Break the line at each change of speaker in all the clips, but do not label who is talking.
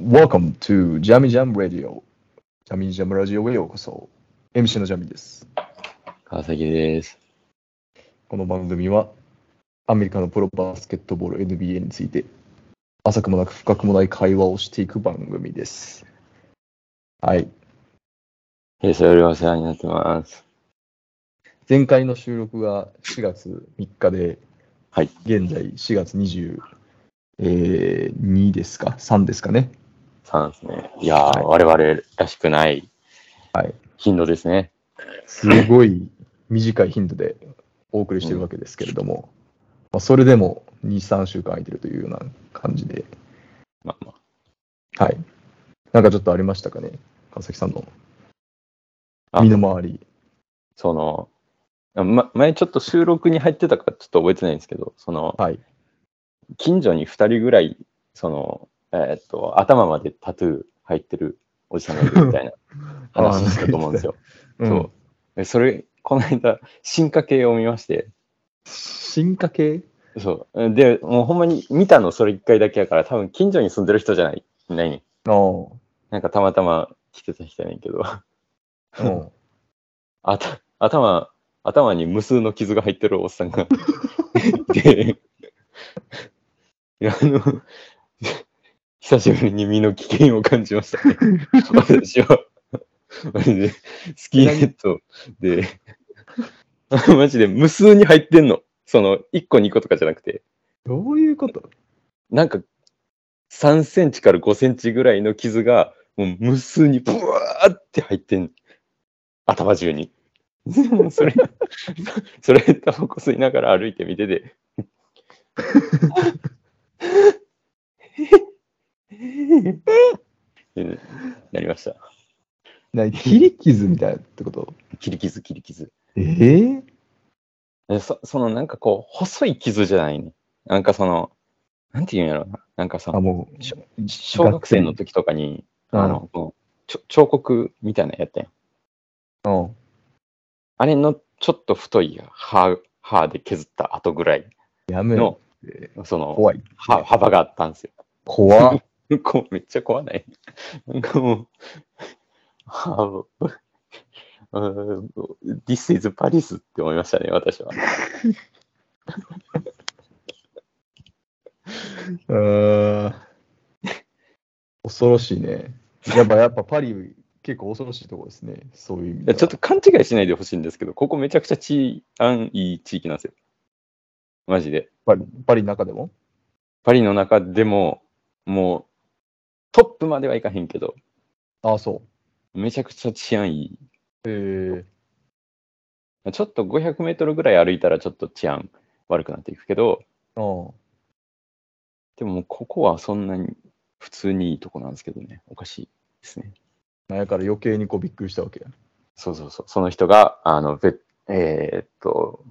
Welcome to Jammy Jam Radio. ジャミジャムラジオへようこそ。MC のジャミです。
川崎です。
この番組はアメリカのプロバスケットボール NBA について浅くもなく深くもない会話をしていく番組です。はい。
えー、それよりお世話になってます。
前回の収録が4月3日で、
はい
現在4月22、えー2ですか ?3 ですかね。
そうですね。いやー、
はい
我々らしくない
はい
頻度ですね。
すごい短い頻度でお送りしてるわけですけれども、まあ、それでも2、3週間空いてるというような感じで、
まあまあ。
はい。なんかちょっとありましたかね、川崎さんの
あ
身の回り。
その、あま、前ちょっと収録に入ってたかちょっと覚えてないんですけど、その、
はい。
近所に2人ぐらい、その、えーっと、頭までタトゥー入ってるおじさんがい るみたいな話したと思うんですよ。
うん
そう。でそれ、この間、進化系を見まして、
進化系
そう。で、もうほんまに見たのそれ一回だけやから、多分近所に住んでる人じゃない、ないね。
ああ。
なんかたまたま来てた人やねんけど、
うん
あた頭、頭に無数の傷が入ってるおっさんが。で、いやあの、久しぶりに身の危険を感じましたね。私は、マジで、スキンヘッドで、 マジで無数に入ってんの。その、1個2個とかじゃなくて。
どういう こと
なんか3センチから5センチぐらいの傷がもう無数にブワーって入ってん頭 中にそれ それタバコ吸いながら歩いてみててってなりました
な切り傷みたいなってこと
切り傷切り傷
ええ
でそそのなんかこう細い傷じゃないねなんかそのなんていうんやろななんかさ
あ、もう、
し小学生の時とかに、
うん
あの、こうちょ彫刻みたいなのやったやん。
うん
あれのちょっと太い歯、歯で削った後ぐらい
やめろ
の。、その、
怖い。
は幅があったんです
怖っ。
よ。 こうめっちゃ怖ない。なんかもう、 歯あの This is Paris って思いましたね、私は。
うーん恐ろしいね。やっぱ、やっぱパリ、結構恐ろしいとこですね。そういう意味
い
で
や
は。
ちょっと勘違いしないでほしいんですけど、ここめちゃくちゃ治安いい地域なんですよ。マジで。
パリ、パリの中でも
パリの中でも、もう、トップまではいかへんけど、
ああ、そ
めちゃくちゃ治安いい。
う。ええ
ちょっと500メートルぐらい歩いたらちょっと治安悪くなっていくけど、
うん。
でももうここはそんなに普通にいいとこなんですけどね、おかしいですね。
なんやから余計にこうびっくりしたわけや。
そうそうそう。その人が、あの、ベえーっと、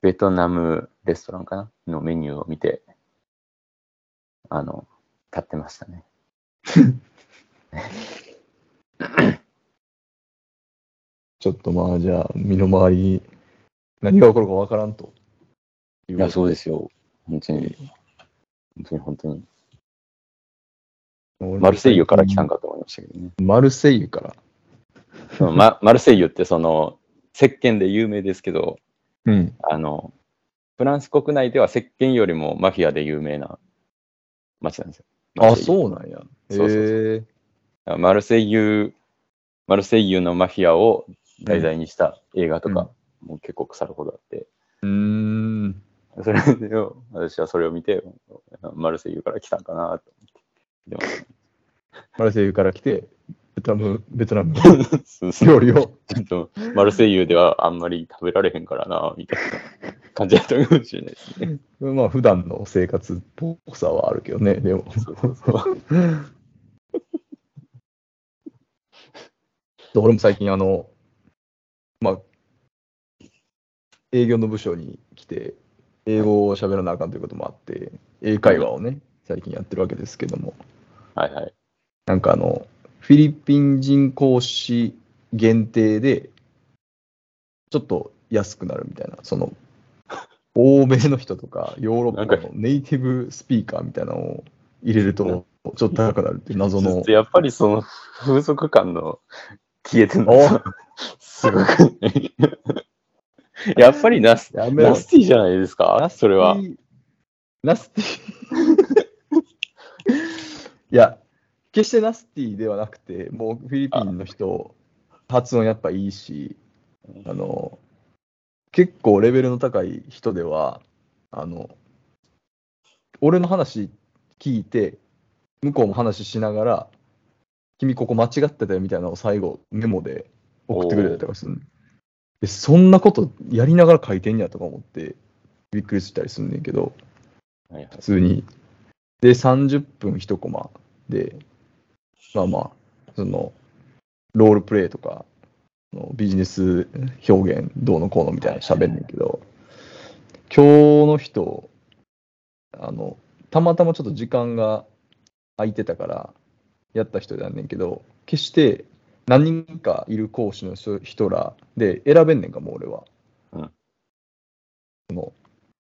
ベトナムレストランかなのメニューを見て、あの、立ってましたね。
ちょっとまあ、じゃあ、身の回りに何が起こるかわからんと。い
いや、そう
う
ですよ。本当に。本当に本当に。
こと。
マルセイユから来たん
か。
かと思いましたけど ね。
マルセイユから。
そのま、マルセイユってその、石鹸で有名ですけど、
うん。
あの、フランス国内では石鹸よりもマフィアで有名な街なんですよ。
あ、
う
そうなんや。
そうそうそう
え
マルセイユ、マルセイユのマフィアを題材にした映画とか、もう結構腐るほどあって、
うーん。
それを、私はそれを見て、マルセイユから来たんかなと思って。
マルセイユから来て、ベトナム、ベトナム
そうそ
料
う
理を。
ちょっとマルセイユではあんまり食べられへんからな、みたいな感じだったかもしれないですね。
まあ、普段の生活っぽさはあるけどね、でも。
そうそうそう。
で俺も最近、あの、まあ、営業の部署に来て、英語を喋らなあかんということもあって、英会話をね、最近やってるわけですけども、
はいはい。
なんかあの、フィリピン人講師限定で、ちょっと安くなるみたいな、その、欧米の人とかヨーロッパのネイティブスピーカーみたいなのを入れる
な
と、ちょっと高くなるっていう謎
ちょ
の
っと。やっぱりその風俗感の消えてるの
お
すごくない やっぱりナス
やめろ
ナスティじゃないですかそれは。。
ナスティ。 いや、決してナスティではなくて、もうフィリピンの人、発音やっぱいいし、あの、結構レベルの高い人では、あの、俺の話聞いて、向こうも話しながら、君ここ間違ってたよみたいなのを最後、メモで送ってくれたりとかするのでそんなことやりながら書いてんやとか思って、びっくりしたりすんねんけど、
はいはい
普通に。で、30分1コマで、まあまあ、その、ロールプレイとか、そのビジネス表現どうのこうのみたいなの喋んねんけど、今日の人、あの、たまたまちょっと時間が空いてたから、やった人なんねんけど、決して何人かいる講師の人人らで選べんねんか、もう俺は。
うん
その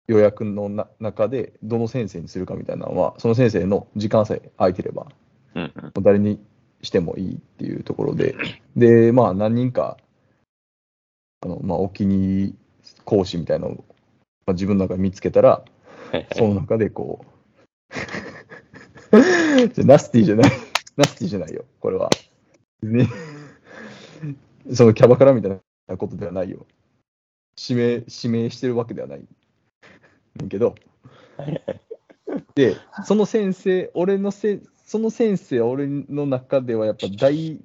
予約のな中で、どの先生にするかみたいなのは、その先生の時間さえ空いてれば、
うんうん
もう誰にしてもいいっていうところで、で、まあ、何人か、あのまあ、お気に入り講師みたいなのを、まあ、自分の中で見つけたら、
はいは
そ
い
の中でこう。 じゃナスティじゃない。ナスティじゃないよ、これは。ね、そのキャバクラみたいなことではないよ。指名、指名してるわけではない。だけど。で、その先生、俺のせ、その先生は俺の中ではやっぱ第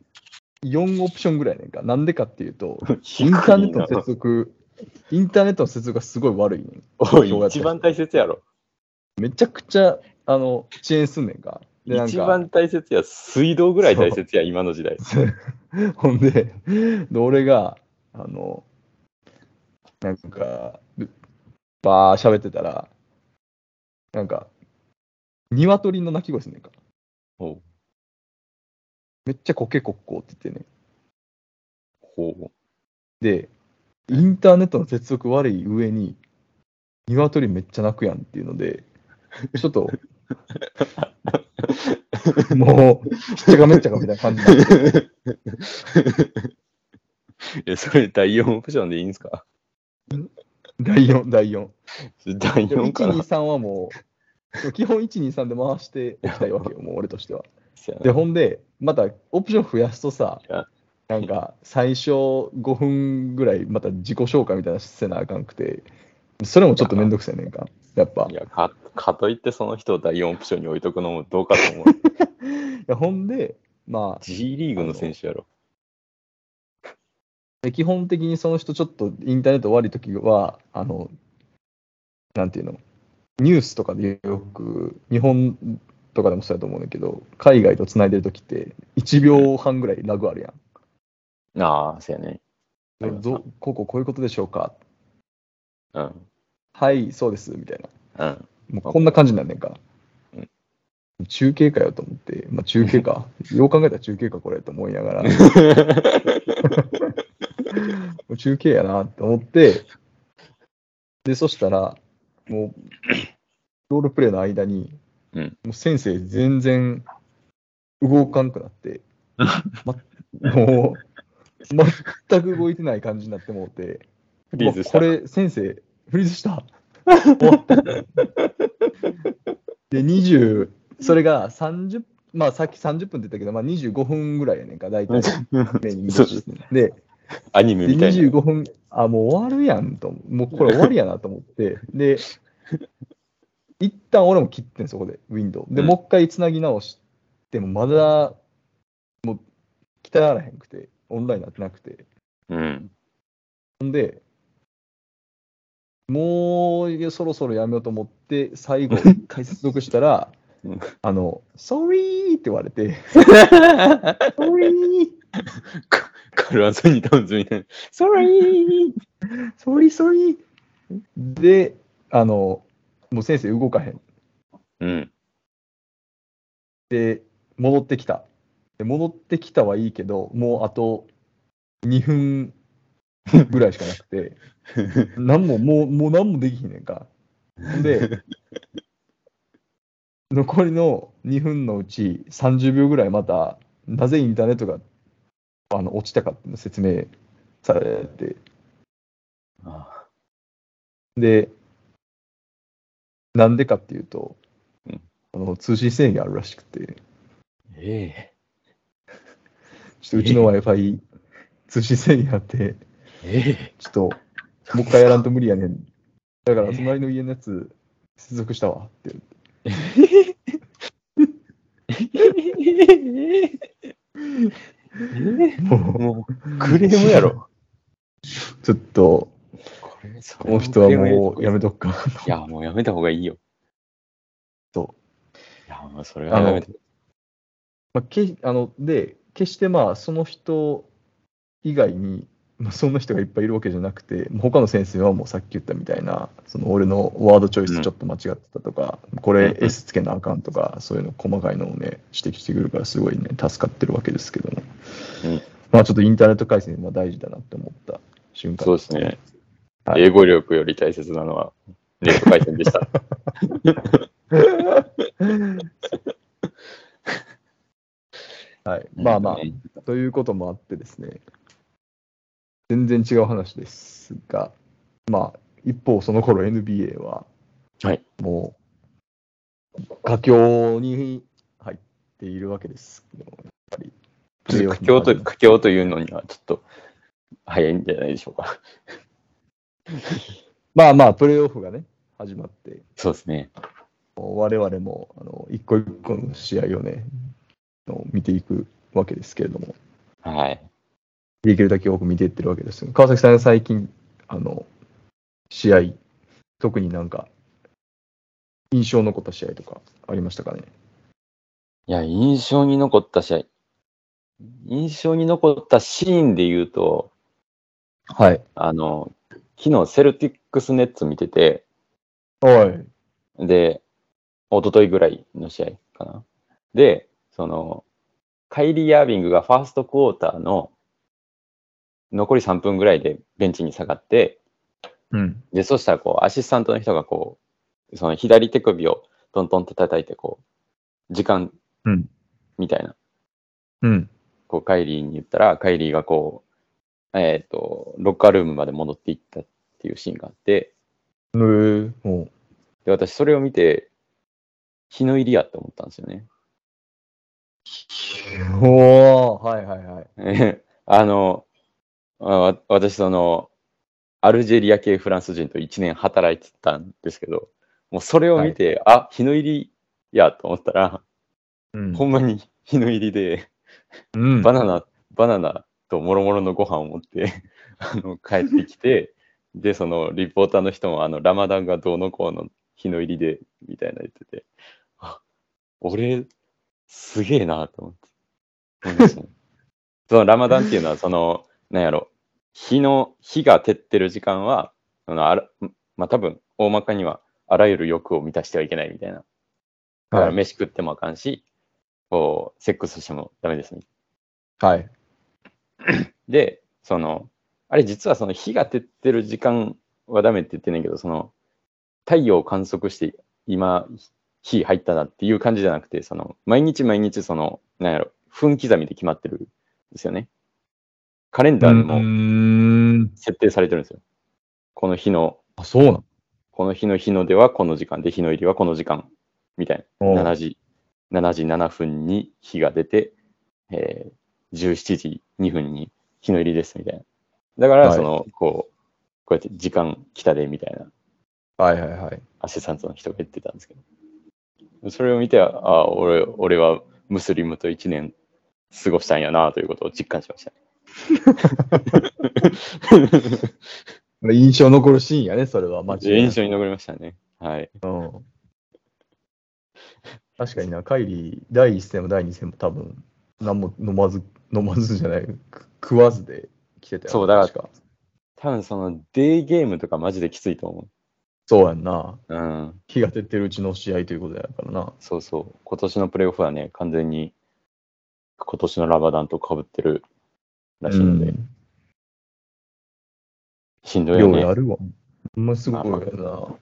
4オプションぐらいやねんか。なんでかっていう と、インターネットの接続、インターネットの接続がすごい悪いねん。
おい一番大切やろ。
めちゃくちゃあの遅延すんねんか。でなんか
一番大切や、水道ぐらい大切や、今の時代。
ほんで、で俺が、あの、なんか、ぶばー喋ってたら、なんか、鶏の鳴き声すんねんか。
ほう
めっちゃコケコッコーって言ってね。
ほ
で、インターネットの接続悪い上に、鶏めっちゃ鳴くやんっていうので、ちょっ と、もう、しっちゃかめっちゃかみたいな感じになって
うえ、それ第4オプションでいいんですか
第4、第4。
第
でも
4かな
123はもう、でも基本123で回していきたいわけよ、もう俺としては。
そうやな
で、ほんで、またオプション増やすとさ
いや、
なんか最初5分ぐらいまた自己紹介みたいなのせなあかんくて、それもちょっとめんどくさいねんか、やっぱ
い。やか、かといってその人を第4オプションに置いとくのもどうかと思う。
いやほんで、ま
G リーグの選手やろ。
あ、基本的にその人ちょっとインターネット悪い時は、あの、なんていうの、ニュースとかでよく、日本とかでもそうやと思うんだけど、海外とつないでる時って、1秒半ぐらいラグあるやん。
ああ、そうやね。あります
どこここういうことでしょうか
うん。
はい、そうです、みたいな。
うん。
もうこんな感じになんねんか
う。
中継かよと思って、まあ、中継 か。よう考えたら中継か、これと思いながら、も う中継やなと思って、で、そしたら、もう、ロールプレイの間に、
うん
もう先生全然動かんくな って、ま、もう、全く動いてない感じになってもうて、
フリーズした。
うわこれ、先生、フリーズした。終わった。で、20、それが30、まあさっき30分って言ったけど、まあ25分ぐらいやねんか、大体。メニューに
そうですね。
で、
アニメ
で
みたいな。
25分、あ、もう終わるやんと思う、もうこれ終わりやなと思 って、で、一旦俺も切ってん、そこで、ウィンドウ。で、
うん
もう一回つなぎ直しても、まだ、もう、鍛えられへんくて、オンラインになってなくて。
うん。
ほんで、もういやそろそろやめようと思って、最後、一回接続したら
うん、
あの、sorry って言われ て、
カ
sorry,
ルアンソニー・タウンズみたいな。ソーリー
sorry, sorry で、あの、もう先生動かへん。
うん。
で、戻ってきた。で戻ってきたはいいけど、もうあと2分ぐらいしかなくて、なんも、もう、もう何もできひんねんか。ほんで、残りの2分のうち30秒ぐらいまた、なぜインターネットがあの落ちたかっていうのを説明されて、
あ
で、なんでかっていうと
うん、
あの通信制限があるらしくて、
え
ちょっとうちの Wi-Fi 通信制限あって、
ええ
ちょっともう一回やらんと無理やねん。だから隣の家のやつ接続したわって。
え
も
もうクレームやろ。
うちょっと
これそ
この人はもうやめ
と
とくか。
いや、もうやめた方がいいよ。
そ
いや、もうそれはやめた。
まあ、けあので決してまあその人以外に、まあ、そんな人がいっぱいいるわけじゃなくてもう他の先生はもうさっき言ったみたいなその俺のワードチョイスちょっと間違ってたとか、こ
うん
れ
うん
S つけなあかんとかそういうの細かいのをね指摘してくるからすごいね助かってるわけですけども、
うん
まあちょっとインターネット回線は大事だなって思った瞬間
そうですね。
はい
英語力より大切なのはネット回線でした。
はい、まあまあ、
うん
ということもあってですね、全然違う話ですが、まあ、一方、その頃 NBA は、
はい
もう、佳境に入っているわけですけどやっぱり、
ちょっと佳境と、佳境というのにはちょっと早いんじゃないでしょうか。
まあまあ、プレーオフがね、始まって、
そうですね。
もう我々もあの一個一個の試合をね、あの見ていくわけですけれども、
はい。
できるだけ多く見ていってるわけですよ。川崎さん、最近、あの、試合、特になんか、印象残った試合とかありましたかね。
いや、印象に残った試合。印象に残ったシーンで言うと、
はい。
あの、昨日セルティックスネッツ見てて、
おい。
で、一昨日ぐらいの試合かな。で、その、カイリー・アービングがファーストクォーターの残り3分ぐらいでベンチに下がって、
うん。
で、そしたらこう、アシスタントの人がこう、その左手首をトントンって叩いて、こう、時間
うん、
みたいな、
うん。
こう、カイリーに言ったら、カイリーがこう、えっ、と、ロッカールームまで戻っていったっていうシーンがあって、
えー、もう。
で、私それを見て、日の入りやって思ったんですよね。
おー、はいはいはい。
え あの、あわ私、その、アルジェリア系フランス人と1年働いてたんですけど、もうそれを見て、あ日の入りやと思ったら、
うん
ほんまに日の入りで、
うん
バナナ、バナナともろもろのご飯を持って あの帰ってきて、で、そのリポーターの人も、あのラマダンがどうのこうの日の入りでみたいな言ってて、あ俺、すげえなと思って。思い ましたねそのラマダンっていうのは、その、なんやろ、日の、日が照ってる時間は、そのあらまあ多分、大まかには、あらゆる欲を満たしてはいけないみたいな。だから
はい。
飯食ってもあかんし、こう、セックスしてもダメですみたいな
はい。
で、その、あれ実はその日が照ってる時間はダメって言ってんねんけど、その、太陽を観測して今、日入ったなっていう感じじゃなくて、その、毎日毎日その、なんやろ、分刻みで決まってるんですよね。カレンダーで
うー
も
ん。
設定されてるんですよ。この日の、
あ、そうな
この日の日の出はこの時間で、日の入りはこの時間、みたい
の
な。7時、7時7分に日が出て、えー、17時2分に日の入りですみたいな。だから、
はい
その、こう、こうやって時間来たでみたいな
はいはいはい。
アシスタントの人が言ってたんですけど、それを見て、ああ、俺、俺はムスリムと1年過ごしたんやなということを実感しました ね。
印象残るシーンやね、それは。間違いない
印象に残りましたね。はい。
うん確かにな、カイリー、第1戦も第2戦も多分、何も飲まず、飲まずじゃない、く食わずで来てたよね
そうだから
確か
多分そのデーゲームとかマジできついと思
そうやんな。
う。うん。
日が照ってるうちの試合ということやからな。
そうそう、今年のプレーオフはね、完全に今年のラバダンと被ってるらしいので、
うん
しんどいよ
ようや
ね。
るわ。ほんますごいよ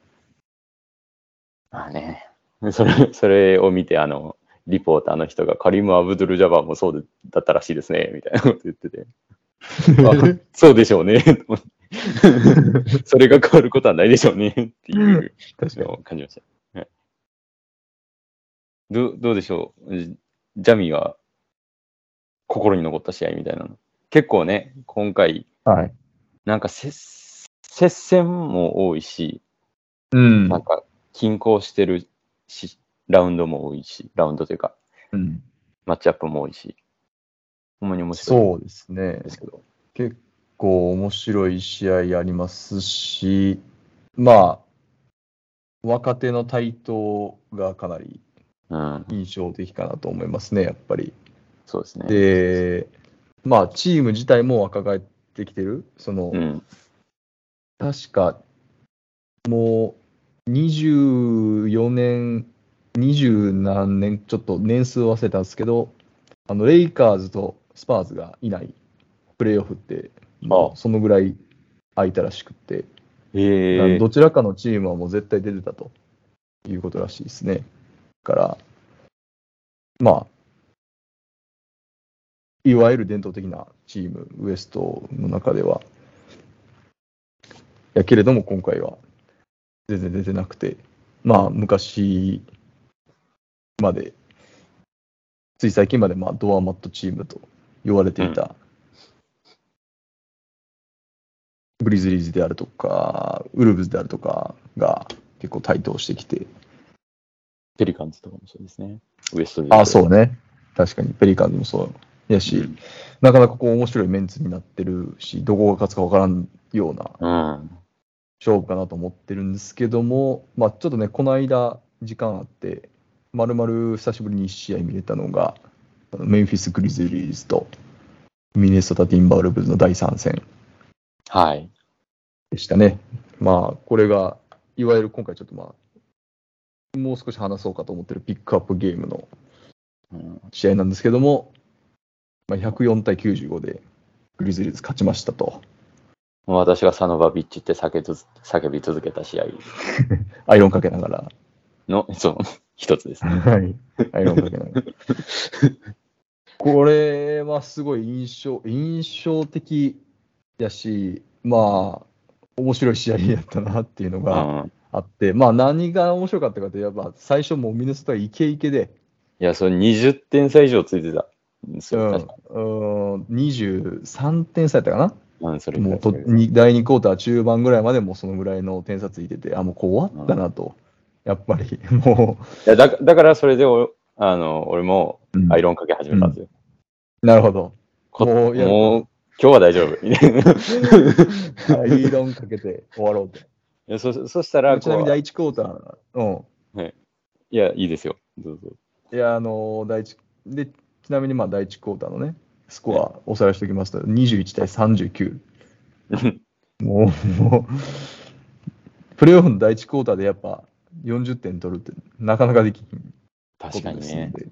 な。
まあね、 それそれを見て、あの、リポーターの人が、カリム・アブドゥル・ジャバーもそうでだったらしいですね、みたいなこと言ってて、あそうでしょうね、 と思ってそれが変わることはないでしょうね、っていう
確かに
のを感じました。はい、どうどうでしょう、ジジャミは心に残った試合みたいなの。結構ね、今回、
はい。
なんか接接戦も多いし、
うん
なんか均衡してるし、ラウンドも多いし、ラウンドというか、
うん、
マッチアップも多いし、ほんまに面白い
そうですね
で。すけど。
結構面白い試合ありますし、まあ、若手の台頭がかなり
うん、
印象的かなと思いますね、やっぱり。
そうですね。
で、まあ、チーム自体も若返ってきてる、その、
うん、
確か、もう24年、20何年、ちょっと年数忘れたんですけど、あのレイカーズとスパーズがいないプレーオフって、
ああ
そのぐらい空いたらしくって、
え
なん
え
かどちらかのチームはもう絶対出てたということらしいですね。だから、まあ、いわゆる伝統的なチーム、ウエストの中では。やけれども、今回は全然出てなくて、まあ、昔まで、つい最近まで、まあ、ドアマットチームと言われていたグリズリーズであるとか、ウルブズであるとかが結構台頭してきて、
ペリカンズとかもそうですね。ウエストリー
ああ、
う。
そうね。確かに、ペリカンズもそうやし、
うん
なかなかこう面白いメンツになってるし、どこが勝つか分からんような
うん。
勝負かなと思ってるんですけども、まあ、ちょっとね、この間、時間あって、まるまる久しぶりに1試合見れたのが、あのメンフィス・グリズリーズとミネソタ・ティンバーウルブズの第3戦
はい。
でしたね。まあ、これが、いわゆる今回ちょっとまあ、もう少し話そうかと思ってるピックアップゲームの
うん、
試合なんですけども、まあ、104対95でグリズリーズ勝ちましたと。
もう私がサノバビッチって叫び続叫び続けた試合
アイロンかけながら。
の、 その一つですね。
はい。アイロンかけながら。 これはすごい印象、印象的やし、まあ、面白い試合やったなっていうの
う
が
ん。
あって、まあ何が面白かったかといえば、最初もうミネソタイケイケで、
いや、それ20点差以上ついてたんです
う
よ。
ん
確か
うん、23点差やったかな
うん、それぐら
も
いう
とに第2クォーター中盤ぐらいまでもうそのぐらいの点差ついてて、あ、もうこう終わったなと、やっぱり、も
いやだだからそれでおあの俺も
う、
アイロンかけ始めたんですよ。
なるほど。
こ
も
も
う
う
いや
今日は大丈夫。 みたいない
アイロンかけて終わろうと。
やそそしたら
ち なみに
こう
第1クォーター、う
いや、いいですよ。どうぞ。
ん。いや、あのー、第一で、ちなみにまあ第1クォーターのね、スコアおさらいしておきますと、21対39。もう、もう、プレーオフの第1クォーターでやっぱ40点取るって、なかなかできひん。
確かにね
こ。とで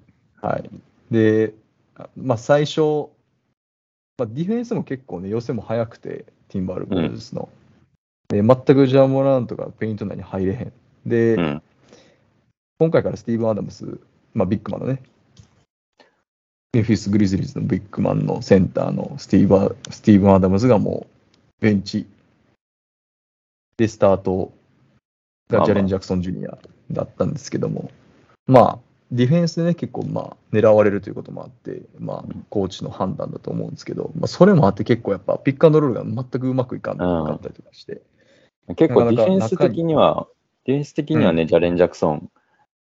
すので。はい、で、あまあ、最初、まあ、ディフェンスも結構ね、寄せも速くて、ティンバールブルーズの。で、全くジャーモランとかペイント内に入れへん。で、
うん、
今回からスティーブン・アダムス、まあ、ビッグマンのね、メンフィス・グリズリーズのビッグマンのセンターのスティーブン・スティーブンアダムスがもうベンチでスタート
まあ
が
まあ
ジャレン・ジャクソン・ジュニアだったんですけども、まあ、ディフェンスでね、結構、まあ、狙われるということもあって、まあ
うん、
コーチの判断だと思うんですけど、まあ、それもあって結構やっぱ、ピックアンドロールが全くうまくいかなかったりとかして、
結構ディフェン
な
ス
かなか
的には、ディフェンス的にはね、ジャレン・ジャクソン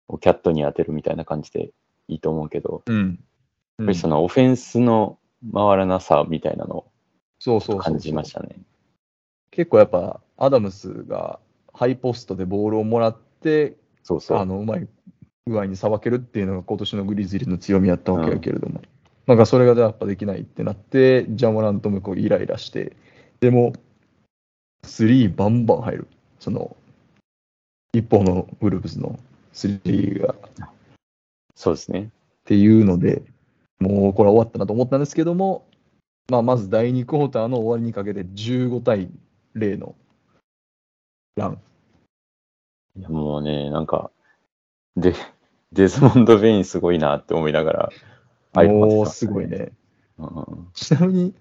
をキャットに当てるみたいな感じでいいと思うけど、
うん。う
やっ
ん
ぱりそのオフェンスの回らなさみたいなの
そうそうそ
を
う
感じましたね。
結構やっぱアダムスがハイポストでボールをもらって
そうそう
あのうまい具合にさばけるっていうのが今年のグリズリーズの強みやったわけやけれども、なんかそれがやっぱできないってなってジャモラントもこうイライラしてでもスリーバンバン入るその一方のウルブズのスリーが
そうですね。
っていうので、もうこれは終わったなと思ったんですけども、まあ、まず第2クォーターの終わりにかけて15対0のラン。
いやもうね、なんか、で、デ ズモンド・ベインすごいなって思いながら、
お
iPhone
ーすごい。ね。
うん
ちなみに、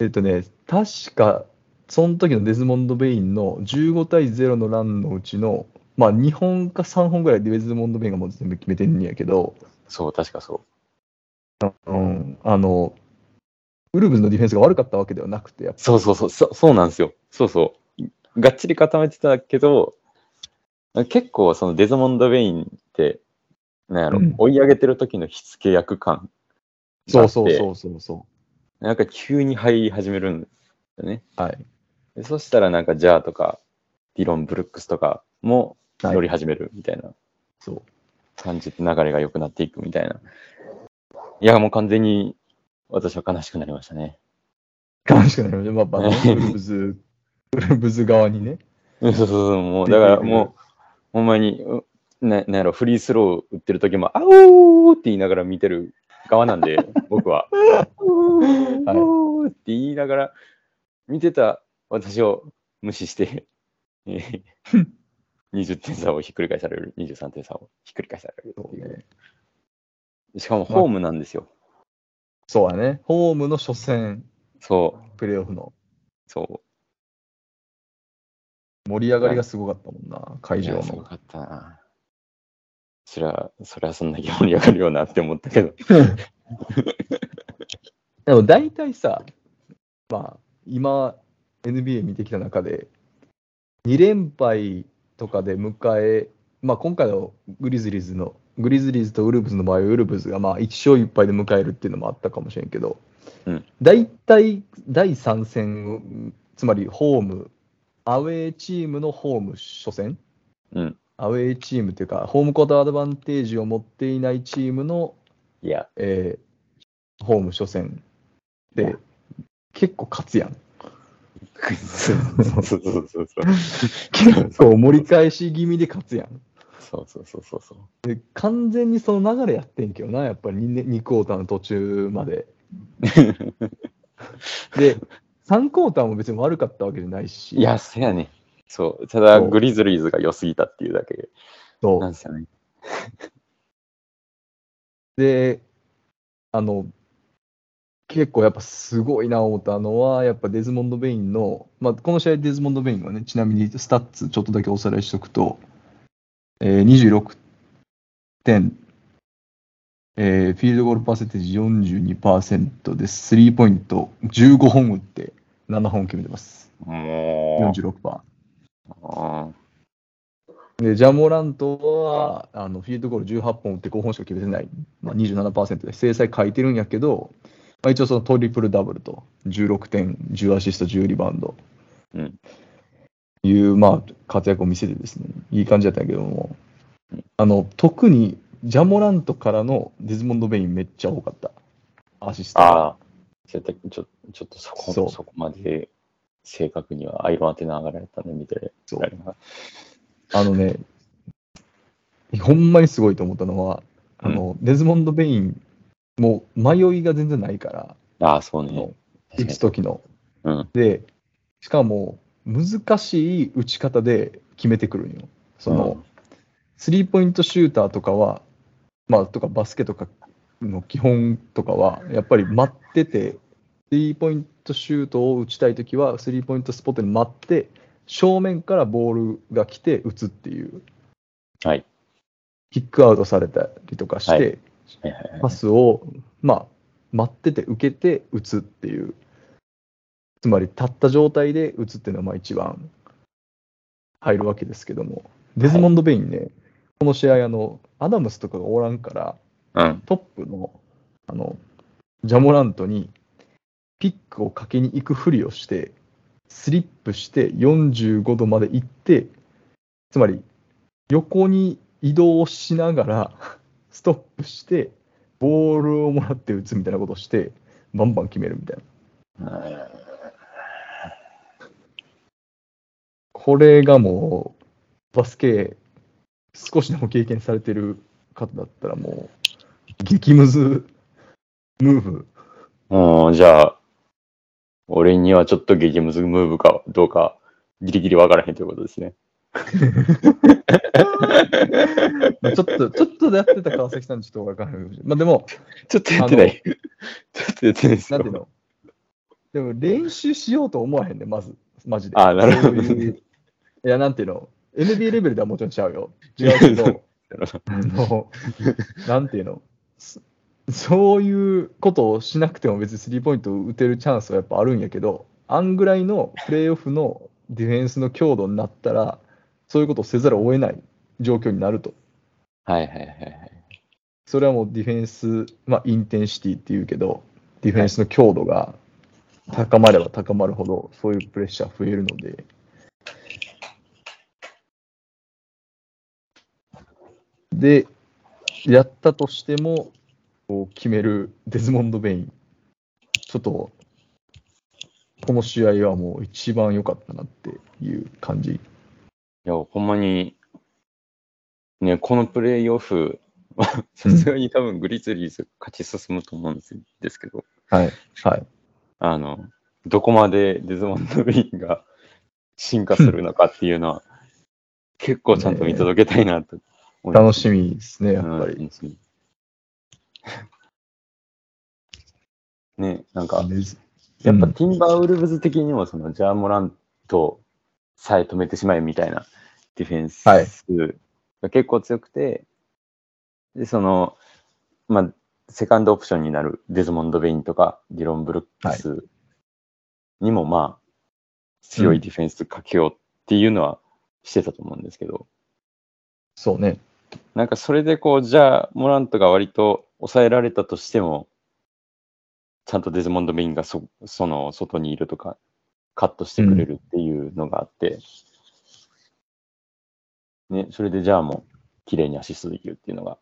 えっとね、確か、その時のデズモンド・ベインの15対0のランのうちの、まあ、2本か3本ぐらいでデズモンド・ベインがもう全部決めてんねやけど、
そう、確かそう。
うん、あの、ウルブズのディフェンスが悪かったわけではなくて、やっぱ
そうそうそう、そそうなんですよ。そうそう。がっちり固めてたけど、結構そのデズモンド・ベインって、なんやろ、
うん
追い上げてる時の火付け役感があ
そ
っ
う
て。
そうそうそうそ
なんか急に入り始めるんだよね。
う。はい。
でそしたらなんかジャーとか、ディロン・ブルックスとかも
はい
乗り始めるみたいな
そう。
感じで流れが良くなっていくみたいな。いや、もう完全に私は悲しくなりましたね。
悲しくなりました。まあまあ、 ウルブズ、ウルブズ側にね。
そうそうそう、もうだからもう、ほんまに、うななんやろ、フリースロー打ってる時も、あおーって言いながら見てる側なん で、僕は。あ おーあおーって言いながら、見てた私を無視して、え ー20点差をひっくり返される、23点差をひっくり返される
そ
って
う
いう。
ね。
しかもホームなんですよ。
そうだね。ホームの初戦、
そう、
プレーオフの
そ
盛り上がりがすごかったもんな、
う。
会
い
場
やすご
の。
かったな。そりゃ、そりゃそんな気盛り上がるようなって思ったけど。
でも大体さ、まあ、今、NBA 見てきた中で、2連敗とかで迎え、まあ、今回のグリズリーズの、グリズリーズとウルブズの場合、ウルブズがまあ1勝1敗で迎えるっていうのもあったかもしれんけど、
うん
大体第3戦、つまりホーム、アウェーチームのホーム初戦、
うん。
アウェーチームというか、ホームコートアドバンテージを持っていないチームの
いや、
えーホーム初戦で結構勝つやん。
そうそうそうそうそう。
結構盛り返し気味で勝つやん。
そうそうそうそうそう。
完全にその流れやってんけどな、やっぱり 2, 2クォーターの途中ま で。で、3クォーターも別に悪かったわけじゃないし、
いや、せやね。そう。ただ、
そう
グリズリーズが良すぎたっていうだけ
そ
なん
う
ですよね。
で、あの、結構やっぱすごいな思ったのは、やっぱデズモンド・ベインの、まあ、この試合デズモンド・ベインはね、ちなみにスタッツちょっとだけおさらいしておくと、えー、26点、えーフィールドゴールパーセンテージ42%で、スリーポイント15本打って7本決めてます。
も
46%。
う。
で、ジャモラントはあのフィールドゴール18本打って5本しか決めてない、まあ、27%で制裁書いてるんやけど、まあ、一応そのトリプルダブルと16点、10アシスト、10リバウンド
うん
いう、まあ、活躍を見せてですね、いい感じだったんやけども、あの特にジャモラントからのディズモンド・ベインめっちゃ多かった、アシストが。
ああ。絶対ちょちょっとそこ
そ
そうこまで正確にはアイロン当てながらやったんで見て
そう
られなかっ
あのね、ほんまにすごいと思ったのは、あのデズモンド・ベイン、もう迷いが全然ないから、
た。ああ、そう
あの
ね。
打つ時の。
うん
で、しかも難しい打ち方で決めてくるんよ。その、スリーポイントシューターとかは、まあ、とかバスケとかの基本とかは、やっぱり待ってて、スリーポイントシュートを打ちたいときは、スリーポイントスポットに待って、正面からボールが来て打つっていう、
はい。
キックアウトされたりとかして、
はいはいはいはい
パスを、まあ、待ってて受けて打つっていう、つまり立った状態で打つっていうのがまあ一番入るわけですけども、デズモンド・ベインね、この試合あの、アダムスとかがおらんから、
うん。
トップのあのジャモラントにピックをかけに行くふりをして、スリップして45度まで行って、つまり横に移動をしながら、 ストップして、ボールをもらって打つみたいなことをして、バンバン決めるみたいな。これがもう、バスケ、少しでも経験されてる方だったら、もう、激ムズムーブ。
もう、じゃあ、 俺にはちょっと激ムズムーブかどうか、ギリギリわからへんということですね。
まあちょっ と、ちょっとでやってた川崎さんちょっとわからない。まあでも、
ちょっとやってない。ちょっとやってないです
な
よ
んていうのでも練習しようと思わへんね、まず、マジで。
あなるほどね
そういういや、なんていうの ?NBA レベルではもちろんちゃう よ。違うけど、あの、なんていうのそそういうことをしなくても別にスリーポイント打てるチャンスはやっぱあるんやけど、あんぐらいのプレーオフのディフェンスの強度になったら、そういうことをせざるを得ない状況になると。
はいはいはいはい。
それはもうディフェンス、まあ、インテンシティっていうけど、ディフェンスの強度が高まれば高まるほど、そういうプレッシャー増えるので、で、やったとしても、こう決めるデズモンド・ベイン、ちょっと、この試合はもう一番良かったなっていう感じ。
いや、ほんまに、ね、このプレイオフ、 まあさすがに多分グリズリーズ勝ち進むと思うんですですけど、
はい。はい。
あの、どこまでデズモンド・ベインが進化するのかっていうのは、結構ちゃんと見届けたいなと思いま
楽
す
しみですね、やっぱ
うん
り。
楽しみね、なんか、
デズ
やっぱ
うん
ティンバーウルブズ的にも、そのジャーモラントさえ止めてしまえみたいなディフェンス
はい
が結構強くて、で、その、まあ、セカンドオプションになるデズモンド・ベインとかディロン・ブルックスにも、まあ、強いディフェンスかけようっていうのはしてたと思うんですけど、
そうね。
なんかそれでこう、じゃあ、モラントが割と抑えられたとしても、ちゃんとデズモンド・メインがそその外にいるとか、カットしてくれるっていうのがあって、ね、それでじゃあもう、綺麗にアシストできるっていうのが、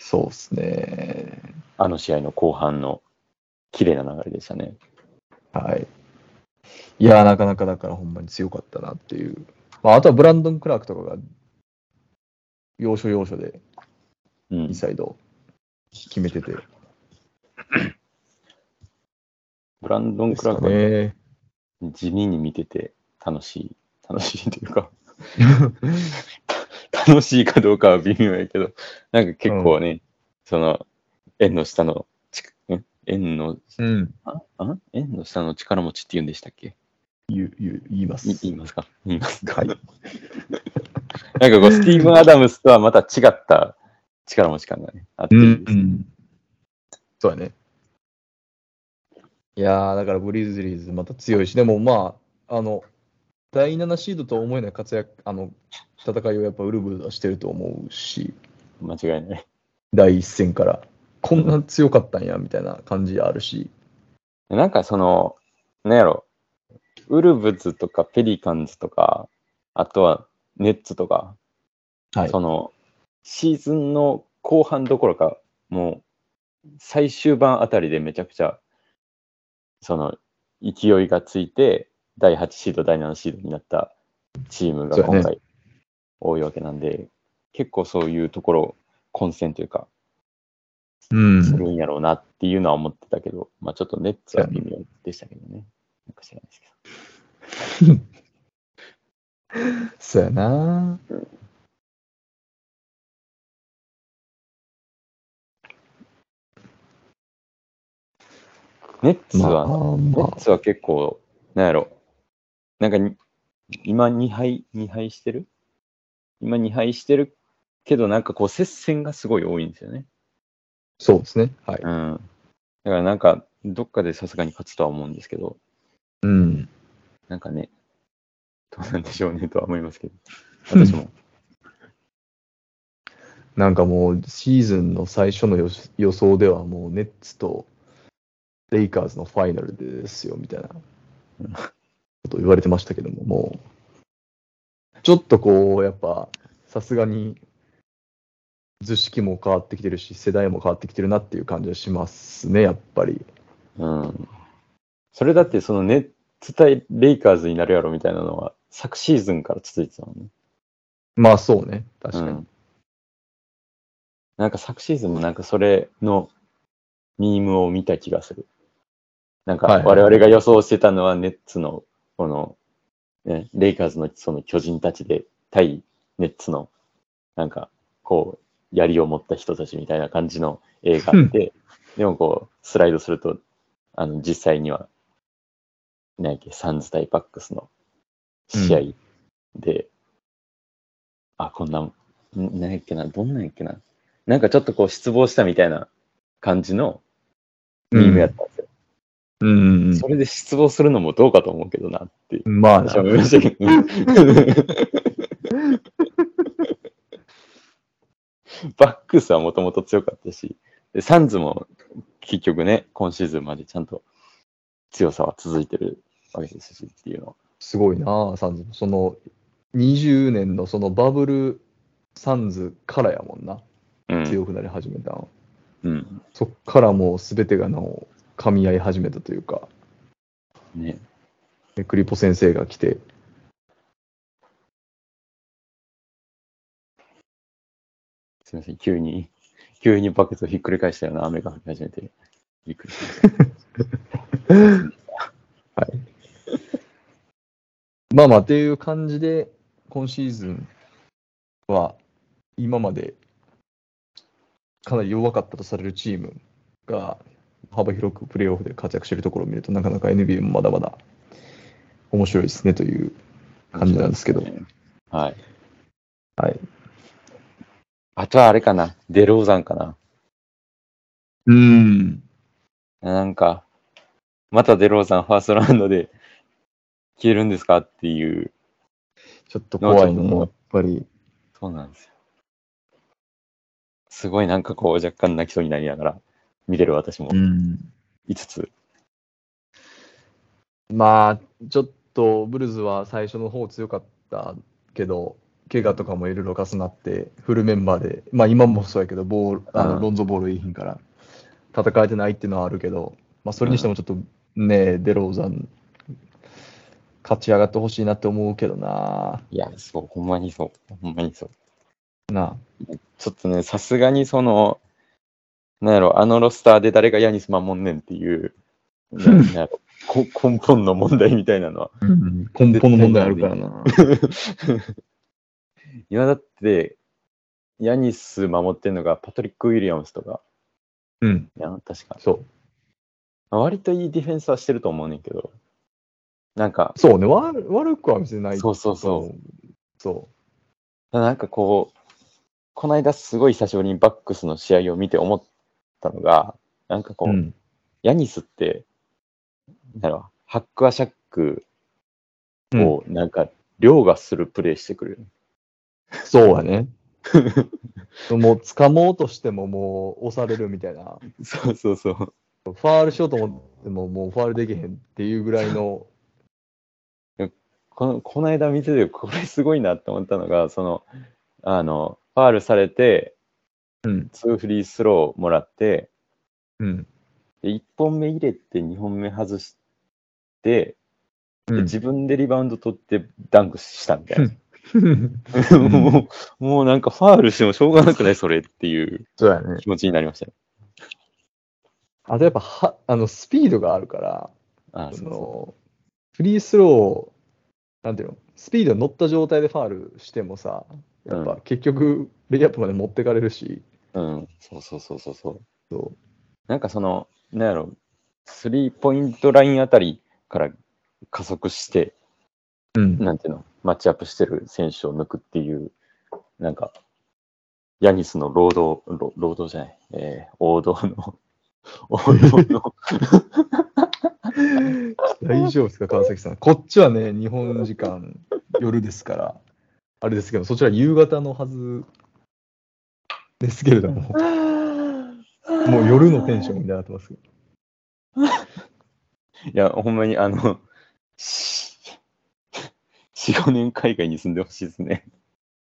そうですね。
あの試合の後半の綺麗な流れでしたね。
はい。いやー、なかなかだからほんまに強かったなっていう。まあ、あとはブランドン・クラークとかが、要所要所で、
うん
イン、サイド決めてて。
ブランドン・クラークは
ね。
地味に見てて楽しい、楽しいというか、楽しいかどうかは微妙やけど、なんか結構ね、その、円の下のち、ん円の、
うん。
ああ円の下の力持ちって言うんでしたっけ
言う、言う、言います
い。言いますか言いますか、
はい
なんかこう、スティーブン・アダムスとはまた違った力持ち感がね、あっていいですね。
そうやね。いやー、だからグリズリーズまた強いし、でもまあ、あの、第7シードとは思えない活躍、あの、戦いをやっぱウルブルズはしてると思うし、
間違いない。
第一戦から。こんな強かったんや、みたいな感じあるし。
なんかその、なんやろ、ウルブズとかペリカンズとか、あとはネッツとか、
はい
そのシーズンの後半どころか、もう最終盤あたりでめちゃくちゃ、その勢いがついて、第8シード、第7シードになったチームが
そう
今
や
回多いわけなんで、結構そういうところ、混戦というか、
うん
するんやろうなっていうのは思ってたけど、まあちょっとネッツは微妙でしたけどね。なんか知らないですけど。
そうやな。
ネッツ
ま
は、
あ、ま
ネ
あ
ッ、ツは結構、なんやろ、なんかに今2敗、2敗してる今2敗してるけど、なんかこう接戦がすごい多いんですよね。
そうですね。はい。
うん。だからなんか、どっかでさすがに勝つとは思うんですけど、
うん。
なんかね、どうなんでしょうねとは思いますけど、私 も。
なんかもう、シーズンの最初の予予想では、もう、ネッツとレイカーズのファイナルですよ、みたいな
うん
ことを言われてましたけども、もう、ちょっとこう、やっぱ、さすがに、図式も変わってきてるし、世代も変わってきてるなっていう感じはしますね、やっぱり。
うん。それだって、そのネッツ対レイカーズになるやろみたいなのは、昨シーズンから続いてたもんね。
まあ、そうね、確か
う
に。
ん、なんか昨シーズンもなんかそれのミームを見た気がする。なんか
はいはい
我々が予想してたのはネッツのこのねレイカーズのその巨人たちで、対ネッツの、なんか、こう、槍を持った人たちみたいな感じの映画で、でもこう、スライドすると、あの、実際には、何やっけ、サンズ対パックスの試合で、あ、こんな、ん何やっけな、どんなんやっけな。なんかちょっとこう、失望したみたいな感じのミームやったんです
うんうんう
よ。
ん
それで失望するのもどうかと思うけどなって、
まあな
私は思いま したけどね。 バックスはもともと強かったし、でサンズも結局ね、今シーズンまでちゃんと強さは続いてるわけですしっていうのは。
すごいなあ、サンズも。その20年のそのバブルサンズからやもんな、
うん。
強くなり始めたの。
うん、
そっからもう全てがの噛み合い始めたというか、
ね。
でクリポ先生が来て、
すみません、急に、急にバケツをひっくり返したような雨が降り始めて、びっくりしました。
まあまあっていう感じで、今シーズンは今までかなり弱かったとされるチームが幅広くプレーオフで活躍しているところを見ると、なかなか NBA もまだまだ面白いですねという感じなんですけど。
はい。
はい。
あとはあれかな、デローザンかな。
うん。
なんか、またデローザンファーストラウンドで消えるんですかっていう。
ちょっと怖いのもやっぱり、
そうなんですよ。すごいなんかこう若干泣きそうになりながら見てる私も
ん、
5つ。
まあ、ちょっとブルズは最初の方強かったけど、怪我とかもいろいろ重なって、フルメンバーで、まあ今もそうやけど、ボールあ
う
の
ん
ロンゾボールいいひんから、戦えてないっていうのはあるけど、まあそれにしてもちょっとね、デローザン、勝ち上がってほしいなって思うけどな、
いや、そう、ほんまにそう。ほんまにそう。
な
ちょっとね、さすがにその、なんやろ、あのロスターで誰がヤニスマンもんねんって いう、ななんやろ、こ根本の問題みたいなのは
あ、根本の問題あるからな。
今だって、ヤニス守ってんのがパトリック・ウィリアムスとか、
うん、
いや確か。
そ
まあ割といいディフェンスはしてると思うねんけど、なんか
う、、そうね、わ悪くは見せない
そうそう
と
そ。
思う。そう
なんかこう、この間すごい久しぶりにバックスの試合を見て思ったのが、なんかこ
う。
う、
うん
ヤニスって、なんだろう、ハックアシャックをなんか、凌駕するプレーしてくるよね。
そうや ね。もう掴もうとしてももう押されるみたいな。
そうそうそう。
ファールしようと思ってももうファールできへんっていうぐらいの。
このこの間見ててこれすごいなって思ったのがそのあのファールされて
うん。
2フリースローもらって
うん。
で1本目入れて2本目外して
う
で
ん、
自分でリバウンド取ってダンクしたみたいな、
ん
もうもうなんかファールしてもしょうがなくないそれっていう
そうやね。
気持ちになりましたよ
あとやっぱはあのスピードがあるから、
あ
そ
そうそ
のフリースロー、なんていうの、スピードに乗った状態でファールしてもさ、やっぱ結局レイアップまで持ってかれるし、
う、うん、そうそうそうそうそう
そ
なんかそのなんやろスリーポイントラインあたりから加速して
う。うん
なんていうの、マッチアップしてる選手を抜くっていう、なんか、ヤニスの労働、労労働じゃない、えー王道の、王道の、
大丈夫ですか、川崎さん。こっちはね、日本時間夜ですから、あれですけど、そちら夕方のはずですけれども、もう夜のテンションみたいになってますけど。
いや、ほんまに、あの、し4、5年海外に住んでほしいですね。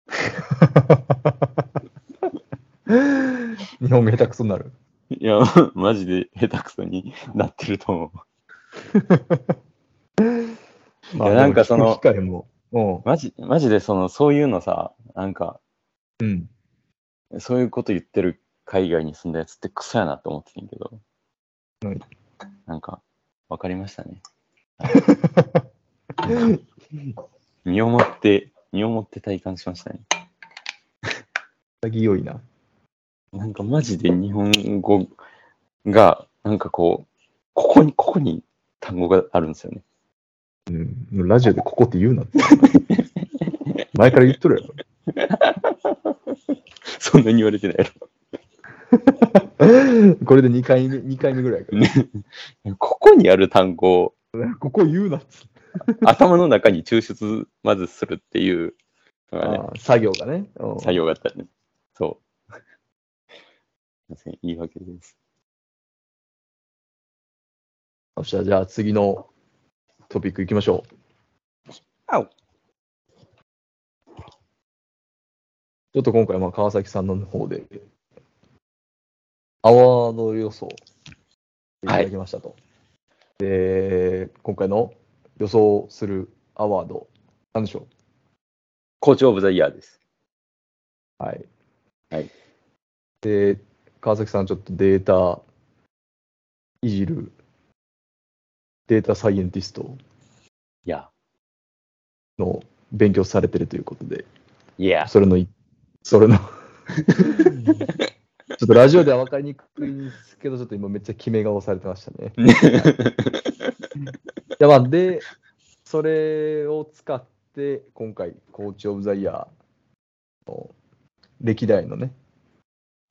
日本が下手くそになる。
いや、マジで下手くそになってると思う。
まあ
いやなんかその
でも聞く機会も。う
マジ、マジで、その、そういうのさ、なんか、
ん。うん。
そういうこと言ってる海外に住んだやつってクソやなって思ってたんやけど、
はい
なんか、わかりましたね。身をもって、身をもって体感しましたね。
潔いな。
なんかマジで日本語が、なんかこう、ここに、ここに単語があるんですよね。
うん。もうラジオでここって言うなって。 前から言っとるやろ。
そんなに言われてないや
これで2回目、二回目ぐらいやか
ろね。ここにある単語を
ら。ここ言うなっつって
頭の中に抽出まずするっていうのがね、
あー作業がね。うん
作業があったね。 そう。すいません、言い訳です。
よっしゃ、じゃあ次のトピックいきましょう。
あお
ちょっと今回、まあ、川崎さんの方で、アワード予想いただきましたと。で、今回の予想するアワード、なんでしょ
校長オブザイヤーです。
う。はい。
はい、
で、川崎さん、ちょっとデータいじる、データサイエンティスト
いや、
の勉強されてるということで、
い や、
それのい、そ れの。ちょっとラジオでは分かりにくいんですけど、ちょっと今めっちゃ決め顔されてましたね。いやまあで、それを使って、今回、コーチ・オブ・ザ・イヤーの、歴代のね、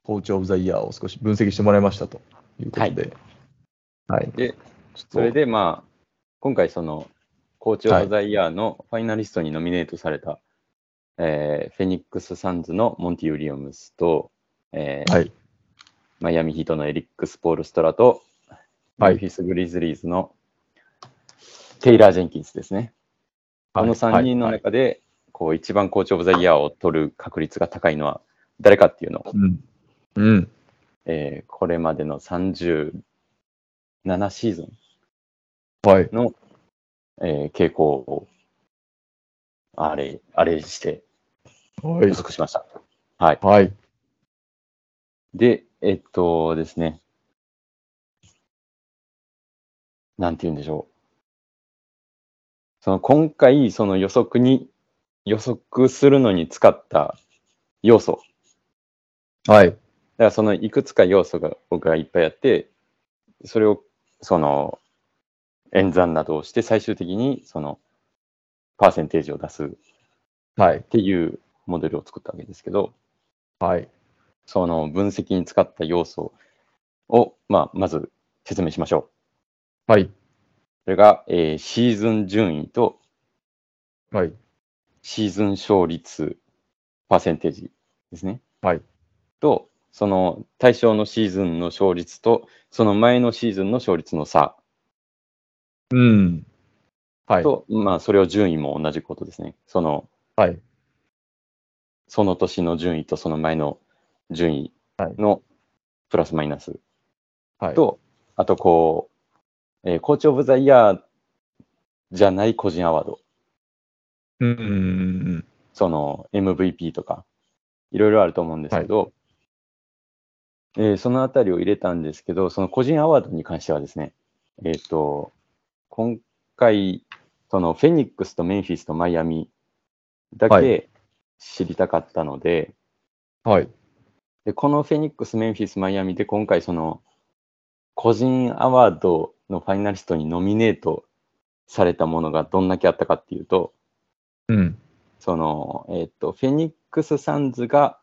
コーチ・オブ・ザ・イヤーを少し分析してもらいましたということで。はい。
で
ちょっと
それ、でまあ、今回その、校長オブザイヤーのファイナリストにノミネートされた、えーフェニックス・サンズのモンティ・ウィリアムスと、えー
はい。
マイアミ・ヒートのエリックス・ポールストラと、
はい
メンフィス・グリズリーズのテイラー・ジェンキンスですね。あの3人の
はい
中で、こう一番校長オブザイヤーを取る確率が高いのは誰かっていうのを、
うん。うん。
えーこれまでの37シーズン
はい。
の、えー傾向をあれアレンジして
は
予
い。
測しました。はい。
はい。
で、えっとですね。なんて言うんでしょう。その今回、その予測に、予測するのに使った要素。
はい。
だからそのいくつか要素が僕がいっぱいあって、それをその演算などをして最終的にそのパーセンテージを出すっ
はい。
ていうモデルを作ったわけですけど、
はい。
その分析に使った要素を、まあ、まず説明しましょう。
はい。
それが、えーシーズン順位と
はい。
シーズン勝率パーセンテージですね。
はい。
と、その対象のシーズンの勝率と、その前のシーズンの勝率の差
うん。はい。
と、まあ、それを順位も同じことですね。その、
はい。
その年の順位とその前の順位のプラスマイナス
はい。
と、あとこう、えー、コーチオブザイヤーじゃない個人アワード、
うんうんうんうん。
その MVP とか、いろいろあると思うんですけど、えーそのあたりを入れたんですけど、その個人アワードに関してはですね、えっ、と、今回、そのフェニックスとメンフィスとマイアミだ
は
け知りたかったので、
はい。
で、このフェニックス、メンフィス、マイアミで今回その個人アワードのファイナリストにノミネートされたものがどんだけあったかっていうと、
うん。
その、えっと、フェニックス・サンズが、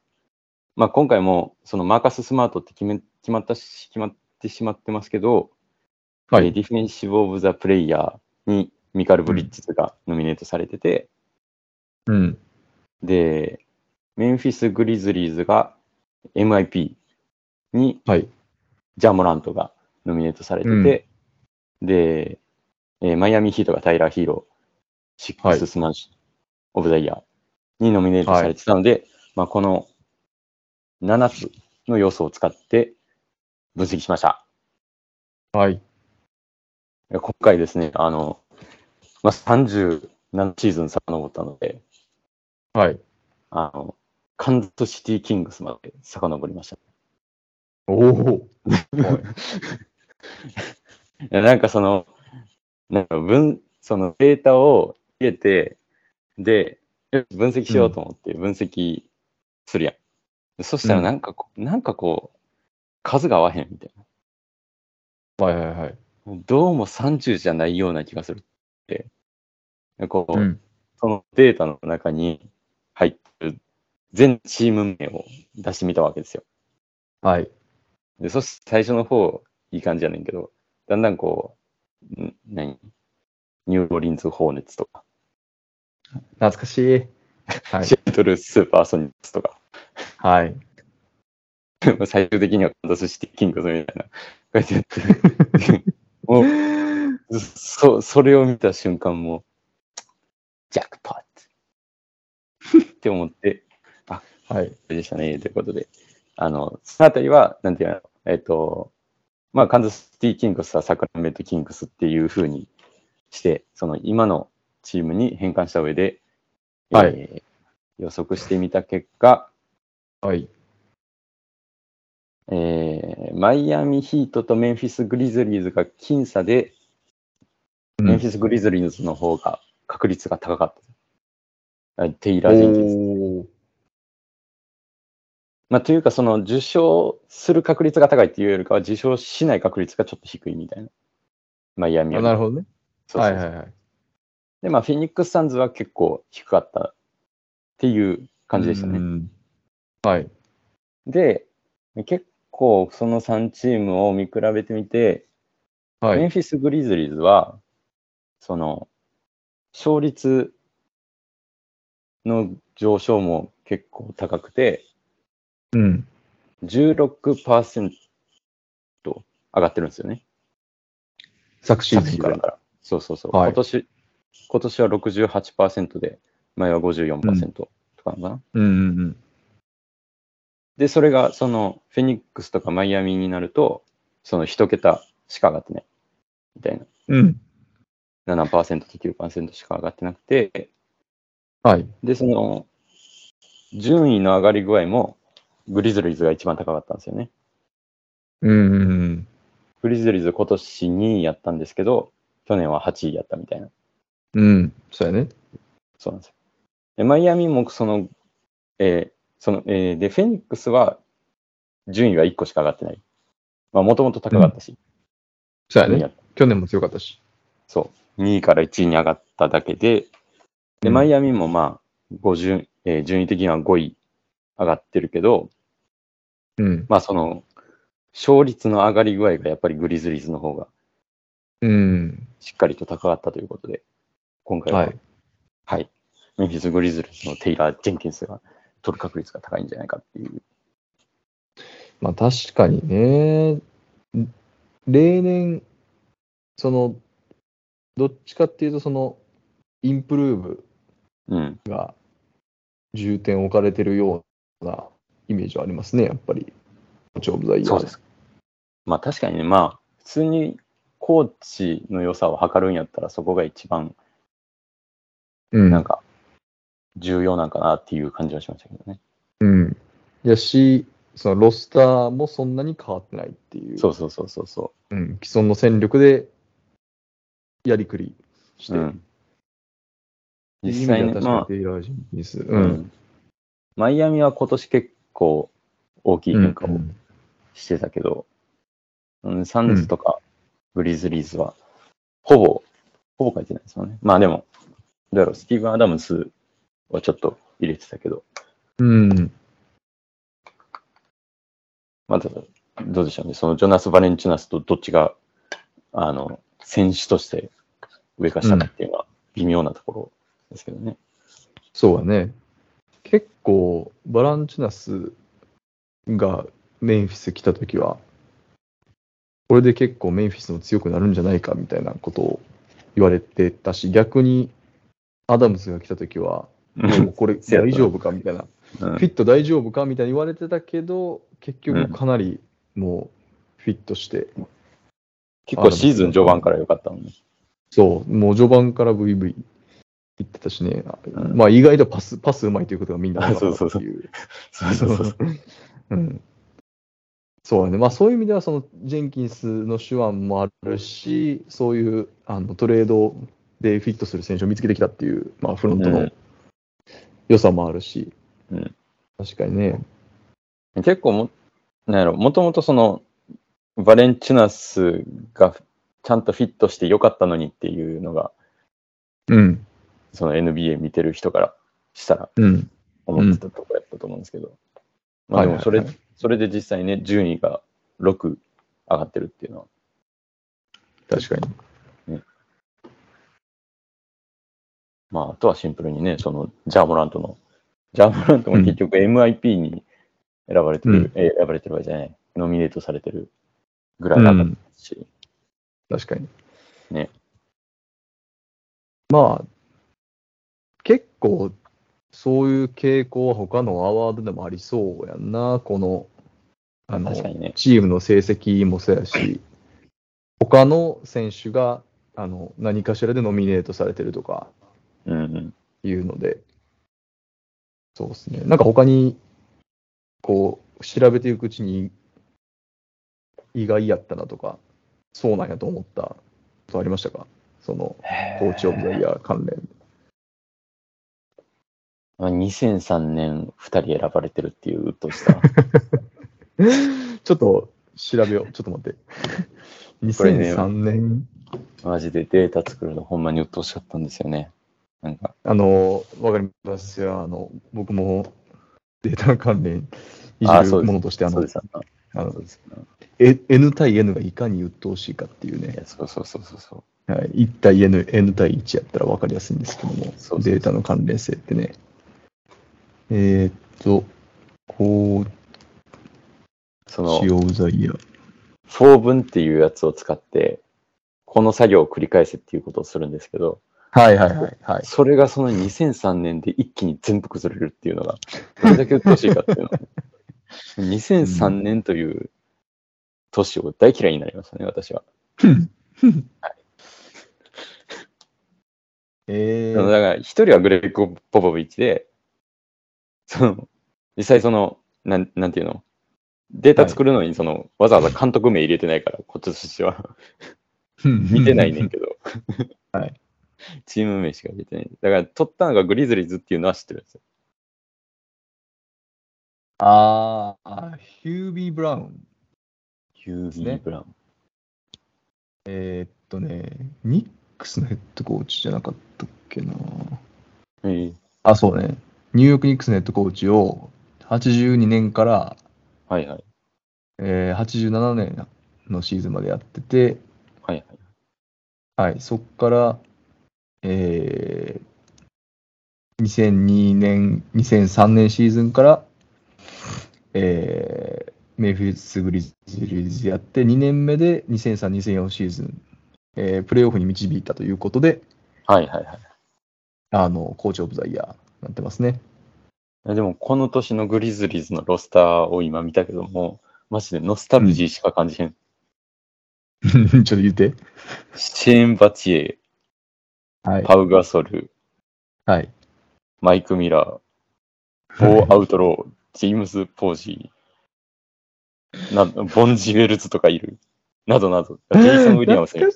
まあ、今回もそのマーカス・スマートって決め決まったし、決まってしまってますけど、
はい
えーディフェンシブ・オブ・ザ・プレイヤーにミカル・ブリッジズがノミネートされてて、
うん。
で、メンフィス・グリズリーズが MIP に、
はい
ジャーモラントがノミネートされてて、で、えーマイアミ・ヒートがタイラー・ヒーロー、シッ
は
ク
い
ス・スマッシュ・オブ・ザ・イヤーにノミネートされてたので、まあ、この7つの要素を使って分析しました。
はい。
いや今回ですね、あの、まあ、37シーズン遡ったので、
はい。
あの、カンザスシティキングスまで遡りました。
おお。
いやなんかその、なんか分、そのデータを入れて、で、よし分析しようと思って分析するやん。そしたらなんかこ、うなんかこう、数が合わへんみたい
はいはいはい。
な。どうも30じゃないような気がするって。こう、
ん。
そのデータの中に入ってる全チーム名を出してみたわけですよ。
はい。
で、そして最初の方、いい感じやねんけど、だんだんこう、ん何ニューオリンズ・ホーネッツとか、
懐かしい。はい
シ。アトル・スーパーソニックスとか、
はい。
最終的にはカンザスシティ・キングスみたいな、こうやってやってるもう そ、それを見た瞬間も、ジャックパットって思って、
はい。
あれでしたね、ということで。あの、そのあたりは、なんていうの、えっ、と、まあ、カンザスシティ・キングスはサクラメント・キングスっていうふうにして、その今のチームに変換した上で、
はい
えー予測してみた結果、
はい。
えーマイアミ・ヒートとメンフィス・グリズリーズが僅差で、
うん
メンフィス・グリズリーズの方が確率が高かった。あテイラー・ジェンキンス。
おー
まあ、というか、その受賞する確率が高いっていうよりかは、受賞しない確率がちょっと低いみたいな。マイアミよ
あ
り
なるほどね。
そうそう
は
そ
いうはいはい。
で、まあ、フェニックス・サンズは結構低かったっていう感じでした
う
ね。
ん。はい。
で、結構その3チームを見比べてみて、
は
メン
い。
フィス・グリズリーズは、その、勝率の上昇も結構高くて、
うん。
16%上がってるんですよね。
昨シー
昨
ズン
シー
か
ズン
ら。
から。そうそうそう。
はい
今年、今年は68%で、前は54%とかなのかな、
うんうんうん。
で、それが、その、フェニックスとかマイアミになると、その一桁しか上がってない。みたい
うん。
な。7%と9%しか上がってなくて、
はい。
で、その、順位の上がり具合も、グリズリーズが一番高かったんですよね。
うんうんうん。
グリズリーズ今年2位やったんですけど、去年は8位やったみたいな。
うん。そうやね。
そうなんですよ。で、マイアミもその、えーその、えーで、フェニックスは順位が1個しか上がってない。まあ、もともと高かったし、
そうや
順
ね
位や。った
去年も強かったし。
そう、2位から1位に上がっただけで、で、
うん
マイアミもまあ、50、えー順位的には5位上がってるけど、
うん。
まあ、その、勝率の上がり具合がやっぱりグリズリーズの方が
うん。
しっかりと高かったということで、今回は、
は
はい
い。、
メンフィス・グリズリーズのテイラー・ジェンキンスが取る確率が高いんじゃないかっていう
まあ確かにね、例年、その、どっちかっていうと、その、インプルーブ
うん、
が重点置かれてるようなイメージはありますね、やっぱり。コーチオブザイヤー
そうです。まあ確かにね、まあ、普通にコーチの良さを測るんやったら、そこが一番、
うん。
なんか、重要なんかなっていう感じはしましたけどね。
うん。やし、そのロスターもそんなに変わってないっていう、
そうそうそうそうそ
うん、既存の戦力でやりくりし
う。
て、
うん、
いい意
実
味で
際
は
ね、
確かに
ま
テイラー・ジェンキンス。
あ、
う。
うんんマイアミは今年結構大きい変化
う
を
ん
してたけど、うん、サンズとかグリズリーズは、ほぼ、ほぼ書いてないですよね。まあでも、どうやろう、スティーブン・アダムスはちょっと入れてたけど、
うん。
まあ、ただどうでしょうね、そのジョナス・バレンチュナスとどっちが、あの、選手として上か下かっていうのは微妙なところですけどね。
そうだね。結構、バランチュナスがメンフィス来たときは、これで結構メンフィスも強くなるんじゃないかみたいなことを言われてたし、逆にアダムスが来たときは、もうこ れ
そうやった
大丈夫かみたいな、
うん
フィット大丈夫かみたいに言われてたけど、結局かなりもうフィットして、
結構シーズン序盤から良かったのね。
そう、もう序盤から VV 言ってたしね、
うん
まあ意外とパス、パスうまいということがみんな分かったってい
そうそうそうそうそう。
うんそうやね、まあ、そういう意味ではそのジェンキンスの手腕もあるし、そういうあのトレードでフィットする選手を見つけてきたっていう、まあ、フロント
う
の
ん
良さもあるし、
うん
確かにね、
結構も、なんやろ、もともとその、バレンチュナスがちゃんとフィットしてよかったのにっていうのが、
うん、
その NBA 見てる人からしたら
うん、
思ってたとこやったと思うんですけど、まあでもそれ、
はいはい
それで実際ね、順位が6上がってるっていうのは、
確かに。
まああとはシンプルにね、そのジャーモラントの、ジャーモラントも結局 MIP に選ばれてる、え選ばれてるわけじゃない、ノミネートされてるぐらいだったし、
確かに。
ね。
まあ、結構、そういう傾向は他のアワードでもありそうやんな、この、あの、
確かにね。
チームの成績もそうやし、他の選手が、あの、何かしらでノミネートされてるとか
うんうん。
いうので、そうですね。なんか他に、こう、調べていくうちに、意外やったなとか、そうなんやと思ったことありましたかその、コーチオブザイヤー関連。
まあ、2003年2人選ばれてるっていううっとした。
ちょっと調べよう。ちょっと待って。
これね
2003年、
マジでデータ作るのほんまにうっとうしかったんですよね。なんか、
あの、わかりますよ。あの、僕もデータ関連い
あ
じ
そう
る
で
も
す
のとして、あ
そう
の
ですよな。
あの
そうですよな。
え N 対 N がいかに鬱陶しいかっていう
い
ね、
や、そうそうそうそうそう。
はい、1対 N, N 対1やったらわかりやすいんですけども、
そうそうそう
データの関連性ってね。えーっと、コー
その
チ、オブザイヤー。
4分っていうやつを使って、この作業を繰り返せっていうことをするんですけど、
はいはいはい、はい。
それがその2003年で一気に全部崩れるっていうのが、どれだけうっとうしいかっていうのはね、2003年という年を大嫌いになりましたね、私は。
え
だ
ー、
から、一人はグレッグ・ポポビッチで、その、実際その、なん、なんていうのデータ作るのに、その、わざわざ監督名入れてないから、こっちとして は。 見てないねんけど。
はい。
チーム名しか出てない。だから、取ったのがグリズリーズっていうのは知ってるんですよ。
ああ、ヒュービー・ブラウン。
ヒュー
ビー
ブラウン。
えーっとね、ニックスのヘッドコーチじゃなかったっけな。
ええ
あ、そうね。ニューヨーク・ニックスのヘッドコーチを82年から、
はいはい。
えー87年のシーズンまでやってて、
はいはい。
はい、そこから、えー2002年、2003年シーズンから、えーメイフィスグリズリーズやって、2年目で2003、2004シーズン、えープレーオフに導いたということで、
はいはいはい
あの、コーチオブザイヤーになってますね。
いや。でも、この年のグリズリーズのロスターを今見たけども、マジでノスタルジーしか感じへん。
ちょっと言って。
シェーン・バチエ、
はい。
パウ・ガソル、
はい。
マイク・ミラー、ボ ー・アウトロー、ジェームズ・ポージー、なボンジ・ウェルズとかいる、などな ど、ジェイソン・ウィリアムスいる。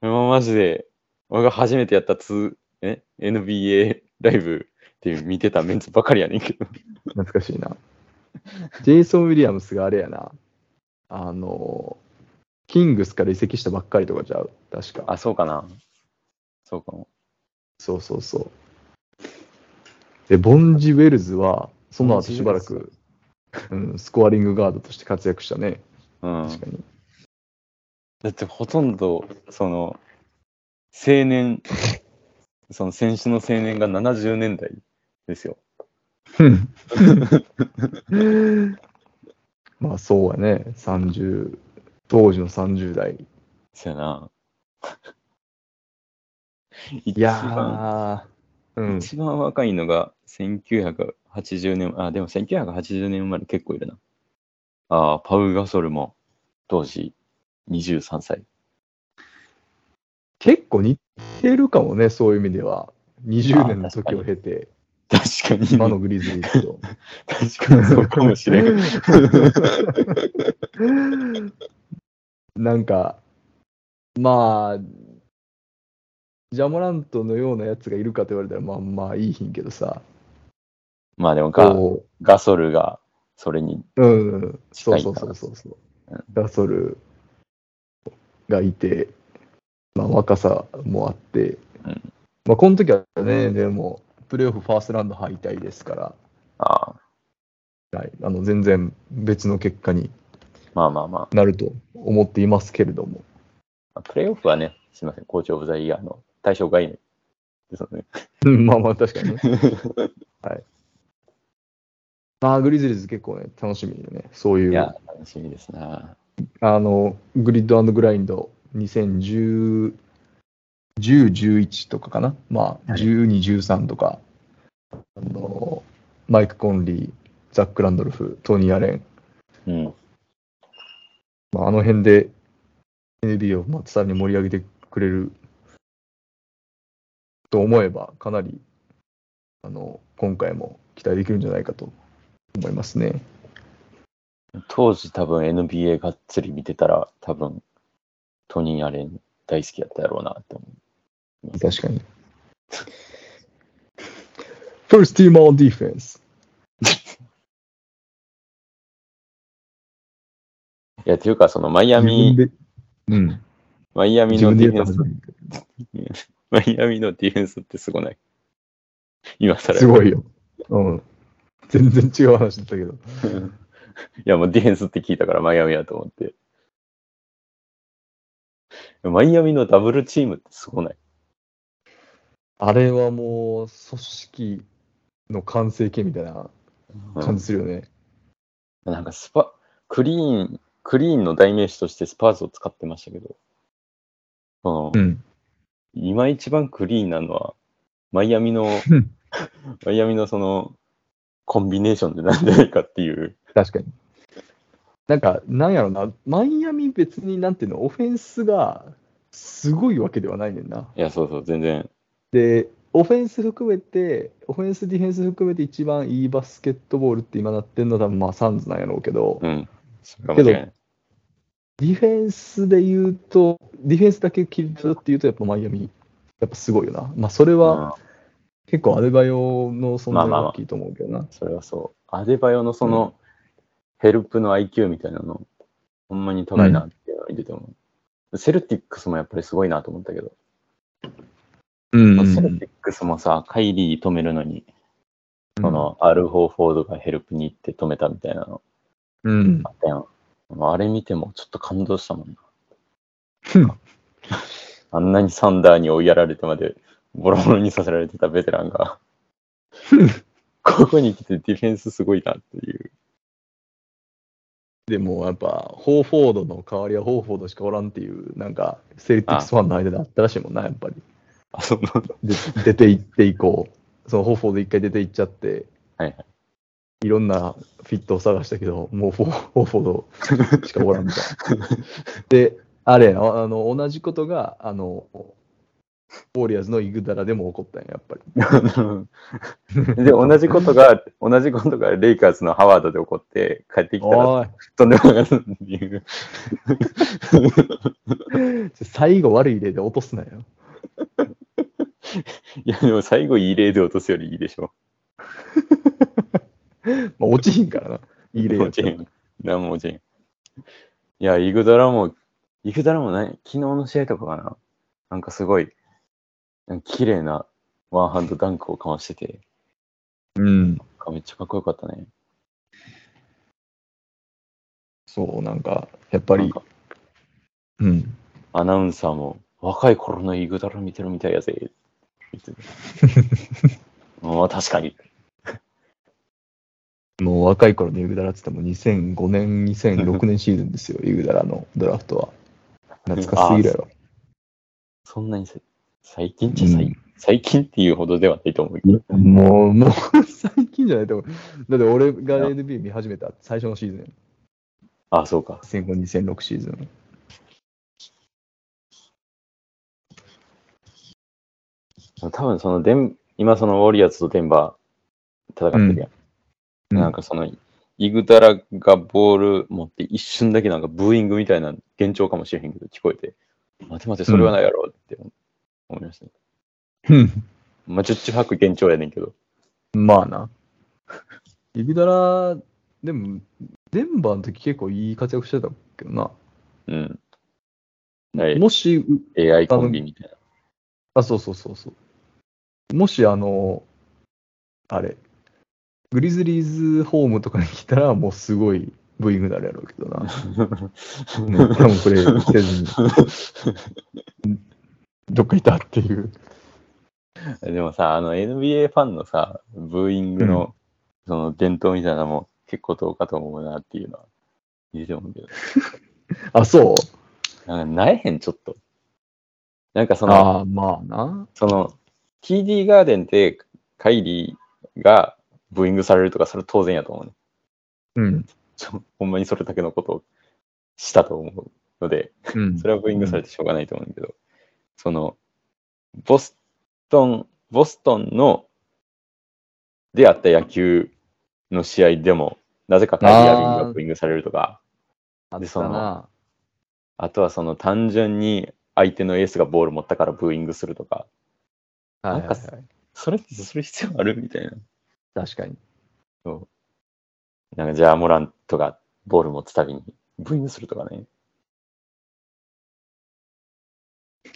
もうマジで、俺が初めてやったツーえ NBA ライブっていう見てたメンツばかりやねんけど。
懐かしいな。ジェイソン・ウィリアムスがあれやな。あの、キングスから移籍したばっかりとかちゃう。確か。
あ、そうかな。そうかも。
そうそうそう。で、ボンジ・ウェルズは、その後しばら
ボンジウ
く、
ェ
うん、スコアリングガードとして活躍したね。
うん。
確かに。
だってほとんど、その、青年、その選手の青年が70年代ですよ。
まあ、そうやね。30、当時の30代。
そや な。
い
一番、
やー、うん。
一番若いのが1980年、あ、でも1980年生まれ結構いるな。あーパウ・ガソルも当時23歳。
結構似てるかもね、そういう意味では。20年の
あ確か
時
に
を経て、
確かに、
今のグリズリーズと。
確かにそうかもしれ ん。
なんか、まあ、ジャモラントのようなやつがいるかと言われたら、まあまあいいひんけどさ。
まあでもガ、
こ
ガソルが、それに、
ううん、そ
近
う
いか
そう
ら
そうそうそう
うん。
ガソルがいて、まあ若さもあって、
うん
まあこの時はね、でも、プレーオフファーストラウンド敗退ですから、
ああ、
はい、あの全然別の結果に
まあまあま
なると思っていますけれども、
あ、プレイオフはね、すみません、コーチオブザイヤーの対象外ですよね。
うんまあまあ確かにね。まあグリズリーズ結構ね、楽しみでね、そうい。
いうや、楽しみですな。
あの、グリッドグラインド2010、10、11とかかな。まあ、
はい
12、13とか、あの、マイク・コンリー、ザック・ランドルフ、トニー・アレン、
うん。
まあ、あの辺で NBA をまあさらに盛り上げてくれると思えば、かなり、あの、今回も期待できるんじゃないかと思いますね。
当時多分 NBA がっつり見てたら、多分、トニー・アレン大好きやったやろうなって思う。
確かに。First team on defense.
いや、というか、そのマイア
自
ミ、
分でうん、
マイアミ
自
の
分で
ディ
言
フェ
っ
ン
た
ス
はず、なんだけ
マイアミのディフェンスってすごない。今更。
どすごい。よ。うん。全然違う話だったけど。
いや、もうディフェンスって聞いたからマイアミやと思って。マイアミのダブルチームってすごない。
あれはもう、組織の完成形みたいな
うん
感じするよね。
なんかスパ、クリーン、クリーンの代名詞としてスパーズを使ってましたけど、うん、
ん。
今一番クリーンなのは、マイアミの
うん、
マイアミのその、コンビネーションでなんじゃないかっていう。
確かに。なんか、なんやろな、マイアミ別になんていうの、オフェンスがすごいわけではないねんな。
いや、そうそう、全然。
で、オフェンス含めて、オフェンス、ディフェンス含めて一番いいバスケットボールって今なってんのは多分まあサンズなんやろうけど、
うん。それかもしれない。
ディフェンスで言うと、ディフェンスだけ切り取って言うと、やっぱマイアミ、やっぱすごいよな。まあ、それは
うん
結構アデバヨの存在
まあまあ
が
まあ
大きいと思うけどな。
それはそう。アデバヨのその、ヘルプの IQ みたいなの、ほんまに高いなっていうのを見てても、セルティックスもやっぱりすごいなと思ったけど、
うん
セルティックスもさ、カイリー止めるのに、その、アル・ホーフォードがヘルプに行って止めたみたいなの
うん
あ。ったやん。もうあれ見てもちょっと感動したもんな。あんなにサンダーに追いやられてまでボロボロにさせられてたベテランが、ここに来てディフェンスすごいなっていう。
でもやっぱ、ホーフォードの代わりはホーフォードしかおらんっていう、なんか、セルティックスファンの間であったらしいもんな、やっぱり。
あ、そうなんだ。
で出て行って以降、そのホーフォード一回出て行っちゃって、
はいはい
ろんなフィットを探したけど、もうフォーホーフォードしかおらんみたいな。で、あれやなあの、同じことが、あの、ウォリアーズのイグダラでも起こったんや、やっぱり。
で、同じことが、同じことがレイカーズのハワードで起こって帰ってきたら
おい、
とんでもなかったっていう。
最後悪い例で落とすなよ。
いや、でも最後いい例で落とすよりいいでしょ。
まあ、落ちひんからな。いい例や
落
った
ち
ら
へん。何も落ちへん。いや、イグダラも、イグダラもない、昨日の試合とかかな。なんかすごい、なんか綺麗なワンハンドダンクをかましてて、
うん。
なんかめっちゃかっこよかったね。
そう、なんか、やっぱ
なん
り、
か
うん。
アナウンサーも、若い頃のイグダラ見てるみたい やぜ。言ってたああ、確かに。
もう若い頃のイグダラっつっても2005年、2006年シーズンです よ、イグダラのドラフトは。懐かしすぎるやろ。
そんなにせ最近っちゃ最,、
うん
最近っていうほどではないと思うけど。
もう、もう最近じゃないと思う。だって俺が NBA 見始めた最初のシーズン
ああ、そうか。
戦後2006シーズン。
多分そのデン、今そのウォリアーズとデンバー戦ってるやん。
うん
なんかその、イグダラがボール持って一瞬だけなんかブーイングみたいな幻聴かもしれへんけど聞こえて、待て待て、それはないやろって思いました、ね
うん
まあ、十中八九幻聴やねんけど。
まあな。イグダラ、でも、デンバーの時結構いい活躍してたけどな。
うん。はい
もし、う
AI コンビみたいな。
あ、そうそうそうそう。もし、あの、あれ、グリズリーズホームとかに来たら、もうすごいブーイングになるやろうけどな。 うん多分これせずに、どっかいたっていう。
でもさ、あの NBA ファンのさ、ブーイングの、その伝統みたいなのも結構どうかと思うなっていうのは見てて思うけど。
あ、そう
なんか、なえへん、ちょっと。なんかその、
ああ、まあな。
その、TD ガーデンでカイリーがブーイングされるとか、それ当然やと思うね。
うん。
ちょ ほんまにそれだけのことをしたと思うので、
うん
それはブーイングされてしょうがないと思うんだけど、その、ボストン、ボストンの、であった野球の試合でも、なぜかカイリー・アービングがブーイングされるとか、
あ
で
っ
そ
た
の
な。
あとはその単純に相手のエースがボール持ったからブーイングするとか、
はいはい
な
は
んか
い。
それってする必要あるみたいな。
確かに。
なんかじゃあモラントがボール持つたびにブーイングするとかね。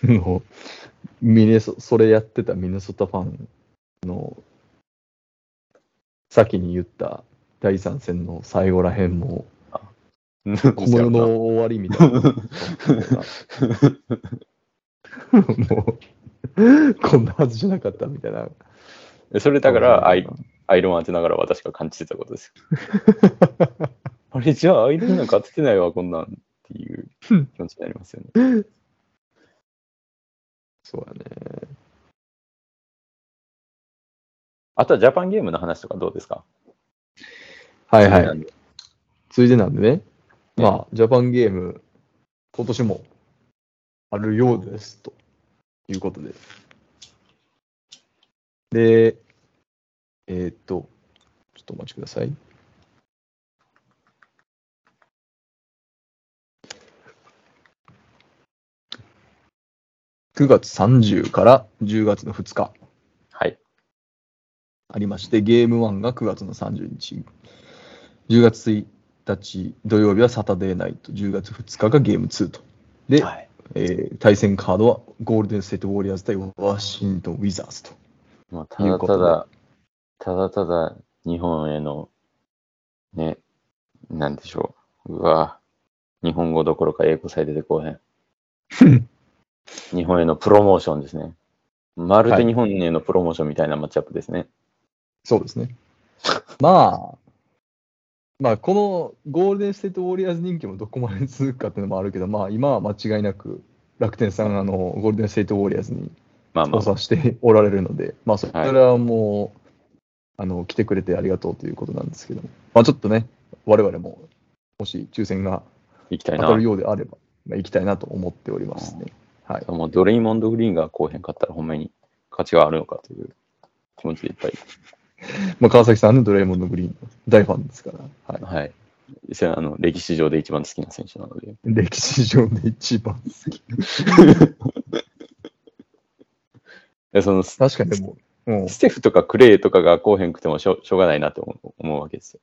もうミネソ、それやってたミネソタファンの、先に言った第三戦の最後らへんも、この世の終わりみたいな。 もう、こんなはずじゃなかったみたいな。
それだからアイアイロン当てながら私が感じてたことです よ。あれじゃあアイロンなんか当ててないわこんなんっていう気持ちになりますよね。
そうやね。
あとはジャパンゲームの話とかどうですか
はいはい。。ついでなんでね。まあ、ジャパンゲーム、今年もあるようです、ということで。で、えーっと、ちょっとお待ちください。9月30から10月の2日
はい。
ありまして、ゲーム1が9月の30日、10月1日土曜日はサタデーナイト、10月2日がゲーム2と。で、
はい
えー対戦カードはゴールデン・ステート・ウォリアーズ対ワシントン・ウィザーズと。
まあ、ただただ、ただただ日本への、ね、なんでしょう。うわ日本語どころか英語さえ出てこうへ ん。日本へのプロモーションですね。まる
は
で
い
日本へのプロモーションみたいなマッチアップですね。
そうです ね。まあ、まあ、このゴールデン・ステート・ウォリアーズ人気もどこまで続くかっていうのもあるけど、まあ、今は間違いなく楽天さん、あのゴールデン・ステート・ウォリアーズに
まあま
操
あ、
作しておられるので、まあ、それはもう、あの、来てくれてありがとうということなんですけど、まあ、ちょっとね、我々も、もし抽選が
行きたい
当
な
たる。ようであれば、まあ、行きたいなと思っておりますね。はい。
もうドレイモンド・グリーンがこうへんかったら、ほんまに価値があるのかという気持ちでいっぱい。
まあ、川崎さんね、ドラえもんのグリーンの大ファンですから、はい。
はい。それはあの歴史上で一番好きな選手なので。
歴史上で一番好き。
でそのス
確かにでも、うん
ステフとかクレイとかがこうへんくてもしょしょうがないなって思う思うわけですよ。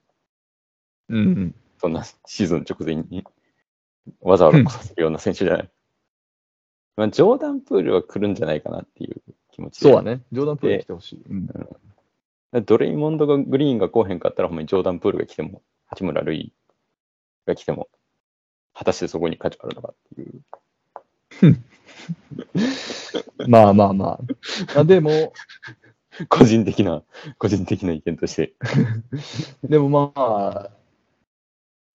うん。
そんなシーズン直前にわざわざ来させるような選手じゃない。まあ、ジョーダン・プールは来るんじゃないかなっていう気持ちで
そうはね、冗談プレー来てほしい。うん
ドレイモンドがグリーンが来へんかったら、ほんまにジョーダン・プールが来ても、八村塁が来ても、果たしてそこに価値があるのかっていう。
まあまあまあ。あでも、
個人的な、個人的な意見として。
でもまあ、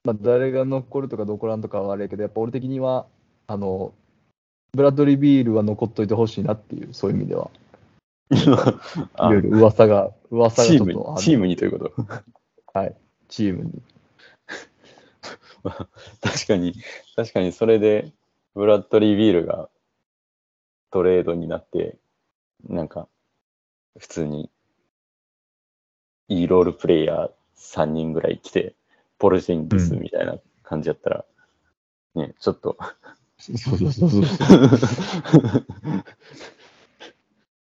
まあ、誰が残るとか残らんとかはあれやけど、やっぱ俺的には、あの、ブラッドリー・ビールは残っといてほしいなっていう、そういう意味では。い
あ
ろいろ噂が、噂が
チ
ちょ
ー
っ
ムに
とあ、る
チームにということ。
チームに。
確かに、確かにそれで、ブラッドリー・ビールがトレードになって、なんか、普通に、いいロールプレイヤー3人ぐらい来て、ポルシンキスみたいな感じやったら、ね、ちょっと、
そうそうそうそう。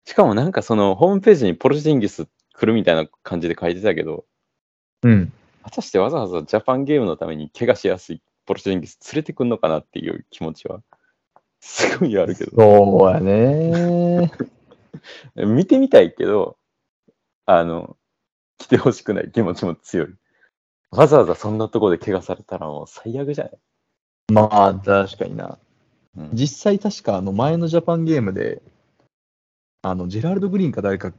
しかもなんかそのホームページにポルシンギス来るみたいな感じで書いてたけど、
うん。
果たしてわざわざジャパンゲームのために怪我しやすいポルシンギス連れてくんのかなっていう気持ちは、 すごいあるけど。
そうや ね。
見てみたいけど、あの、来てほしくない気持ちも強い。わざわざそんなとこで怪我されたらもう最悪じゃない、
まあ、確かにな。
うん
実際確かあの前のジャパンゲームで、あのジェラルド・グリーンか誰か、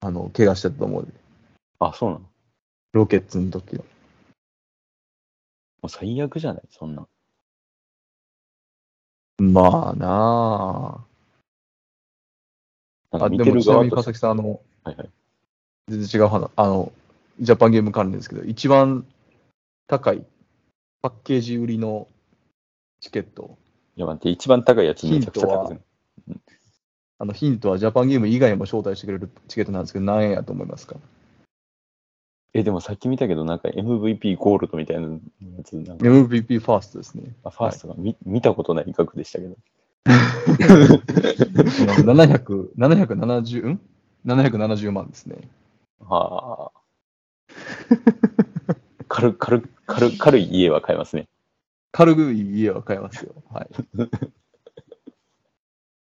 あの、怪我してたと思う。
あ、そうなのも
ロケッツの時の。
う最悪じゃないそんな。
まあな
な
あ。
んか
あ、
見
で
て
も
る
ちな
側
みに
と
川
して
崎さん、あの、
はいはい、
全然違う話、あの、ジャパンゲーム関連ですけど、一番高いパッケージ売りのチケット。
いや、待って、一番高いやつめちゃくちゃ高くない
あのヒントはジャパンゲーム以外も招待してくれるチケットなんですけど、何円やと思いますか
え、でもさっき見たけど、なんか MVP ゴールドみたいなやつ、なんか
?MVP ファーストですね。
あファーストが見見たことない額でしたけど。
700 770ん770万ですね。
はあ。軽、軽、軽、軽い家は買えますね。
軽く家は買えますよ。はい、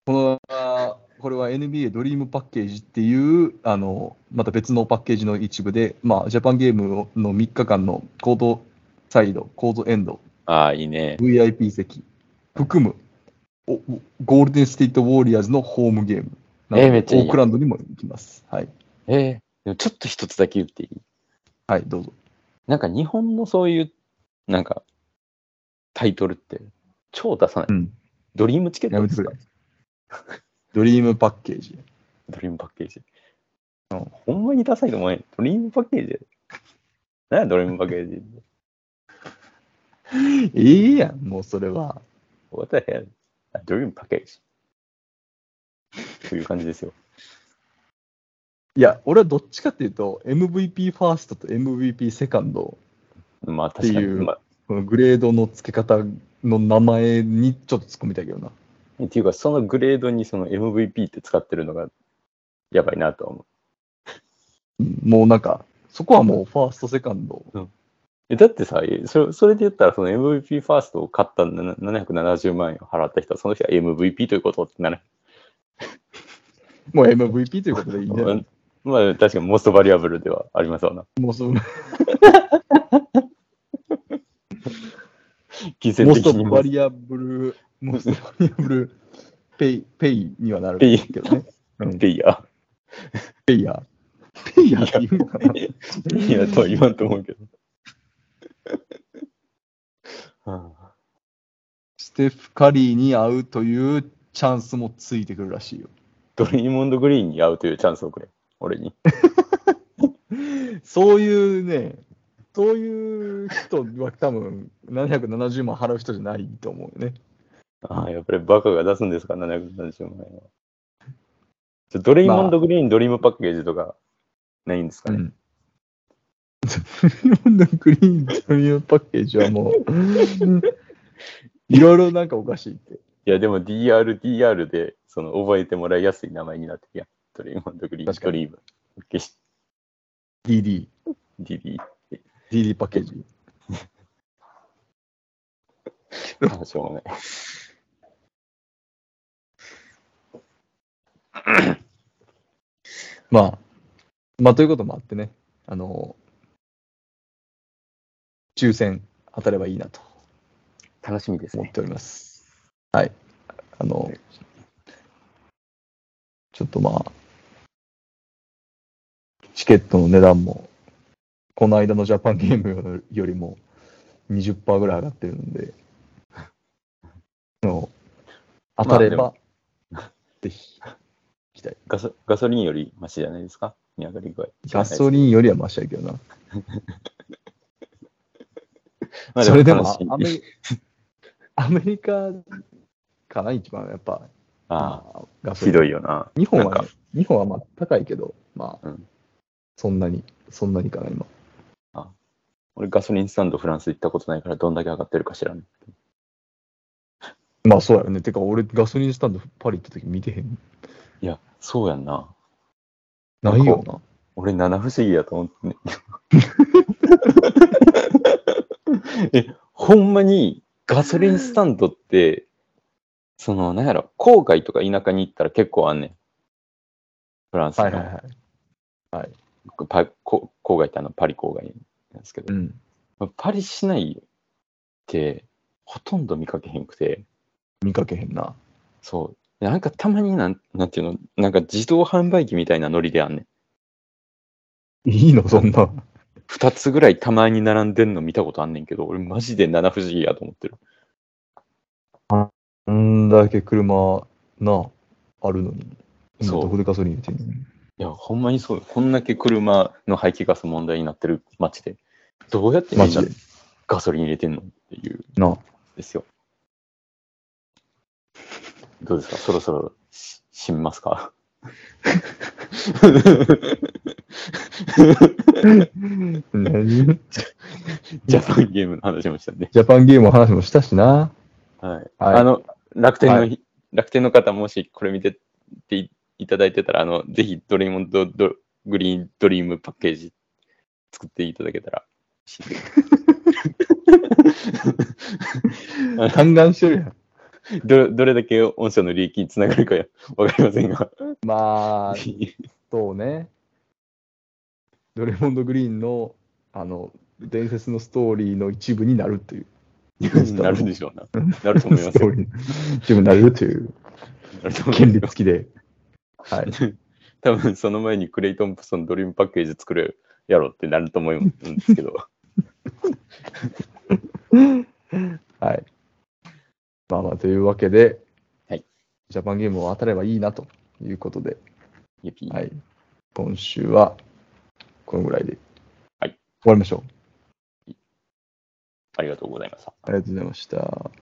このあこれは NBA ドリームパッケージっていうあの、また別のパッケージの一部で、まあ、ジャパンゲームの3日間のコートサイド、コートエンド、
ああ、いいね。
VIP 席含むおおゴールデン・ステイト・ウォーリアーズのホームゲーム。
えーめっちゃいいやん
オークランドにも行きます。はい、
えーでもちょっと一つだけ言っていい
はい、どうぞ。
なんか日本のそういう、なんか、タイトルって、超出さない。
うん、
ドリームチケット
やめ
で
て
す
く
か
れ。ドリームパッケージ。
ドリームパッケージ。
うん
ほんまにダサいと思わへん。ドリームパッケージ。なんやドリームパッケージって。
いいやん、もうそれは。
What the hell? A dream package. という感じですよ。
いや、俺はどっちかっていうと、MVP ファーストと MVP セカンド、
まあ確か
って
に。
いう
まあ
このグレードの付け方の名前にちょっと突っ込みたいけどな。
っていうか、そのグレードにその MVP って使ってるのがやばいなとは思う。
うんもうなんか、そこはもうファースト、セカンド。
えだってさ、えそれそれで言ったら、その MVP ファーストを買ったな770万円を払った人は、その人は MVP ということってなる。
もう MVP ということでいいんじゃない
まあ、確かにモストバリアブルではありますわな。
もうその
金銭
モス
的
ト
に
バリアブル、モストバリアブルペイ、ペイにはなる
ペイ
けどね。うん
ペイヤー。
ペイヤー。ペイヤーって言うのかな。
ペイヤーとは言わんと思うけど。はあ
ステフ・カリーに会うというチャンスもついてくるらしいよ。
ドレイモンド・グリーンに会うというチャンスをくれ。俺に。
そういうね、そういう人は多分770万払う人じゃないと思うよね。
ああ、やっぱりバカが出すんですか、770万円は。ちょドレイモンド・グリーン、ドリームパッケージとかないんですかね。
ん。日本のグリーンというパッケージはもう、 いろいろなんかおかしいって。
いや、でも DR、DR で、その、覚えてもらいやすい名前になってるやん。ドレイモンド・グリーン、
確か
ド
に
リーム、パッケー
DD、
ジ、DB。
DD パッケージ。
あしょうがない。
まあ、まあということもあってね、あの、抽選当たればいいなと
楽しみです
思っ
ね。
ております。はい。あの、ちょっとまあ、チケットの値段も、この間のジャパンゲームよりも20%ぐらい上がってるんで、あの当たれば、ぜひ、
ガソガソリンよりマシじゃないですか値上がり具合。
ガソ
ン、
リンよりはマシやけどな。
まあ
それでも
楽しい
アメリ、アメリカかな、一番やっぱ、
あ
まあガ
あ、
ソリ
ひ
ン
どいよな。
日本は
な
ね、日本はまあ高いけど、まあ、
うん
そんなに、そんなにかな、今。
俺、ガソリンスタンドフランス行ったことないから、どんだけ上がってるか知らん。
まあそうやろね。てか、俺、ガソリンスタンドパリ行った時見てへん。
いや、そうやんな。
ないよな。
俺、七不思議やと思ってね。え、 ほんまにガソリンスタンドって、その、なんやろ、郊外とか田舎に行ったら結構あんねん。フランスの、
はいはいはい。
パこ郊外ってあのパリ郊外なんですけ
う
ど、
ん。
パリ市内ってほとんど見かけへんくて、
見かけへんな。
そう。なんかたまになん、なんていうの、なんか自動販売機みたいなノリであんねん。
いいの、そんな。
二つぐらいたまに並んでんの見たことあんねんけど、俺マジで七不思議やと思ってる。
あんだけ車、な、あるのに。
そう
どこでガソリン入れてんの
いや、ほんまにそうよ。こんだけ車の排気ガス問題になってる街で、どうやってみ
マ
ん
ジ
な
で。
ガソリン入れてんのっていう
な。
ですよ。どうですかそろそろし死にます か
何
ジャパンゲームの話もしたんで。
ジャパンゲームの話もしたしな。
はい。
はい
あの、楽天の、
は
楽天の方、もしこれ見てていいただいてたら、あの、ぜひドリームドドグリーンドリームパッケージ作っていただけたら。
嘆願してるやん。
どどれだけ御社の利益につながるかや わかりませんが。
まあ、
ぜ
そうね。ドレモンド・グリーンの、あの、伝説のストーリーの一部になるという。
ひなるでしょうな。なると思い
ス
ます
ト
よ
ー。リーの一部になるという
なると思
権
います
利
よ
付きで。はい。
多分その前にクレイトンプソンドリームパッケージ作れるやろってなると思うんで すけど。
はい。まあまあ、というわけで、
はい
ジャパンゲームを当たればいいなということで、
ゆき
はい。今週は、このぐらいで。
はい
終わりましょう。
ありがとうございました。
ありがとうございました。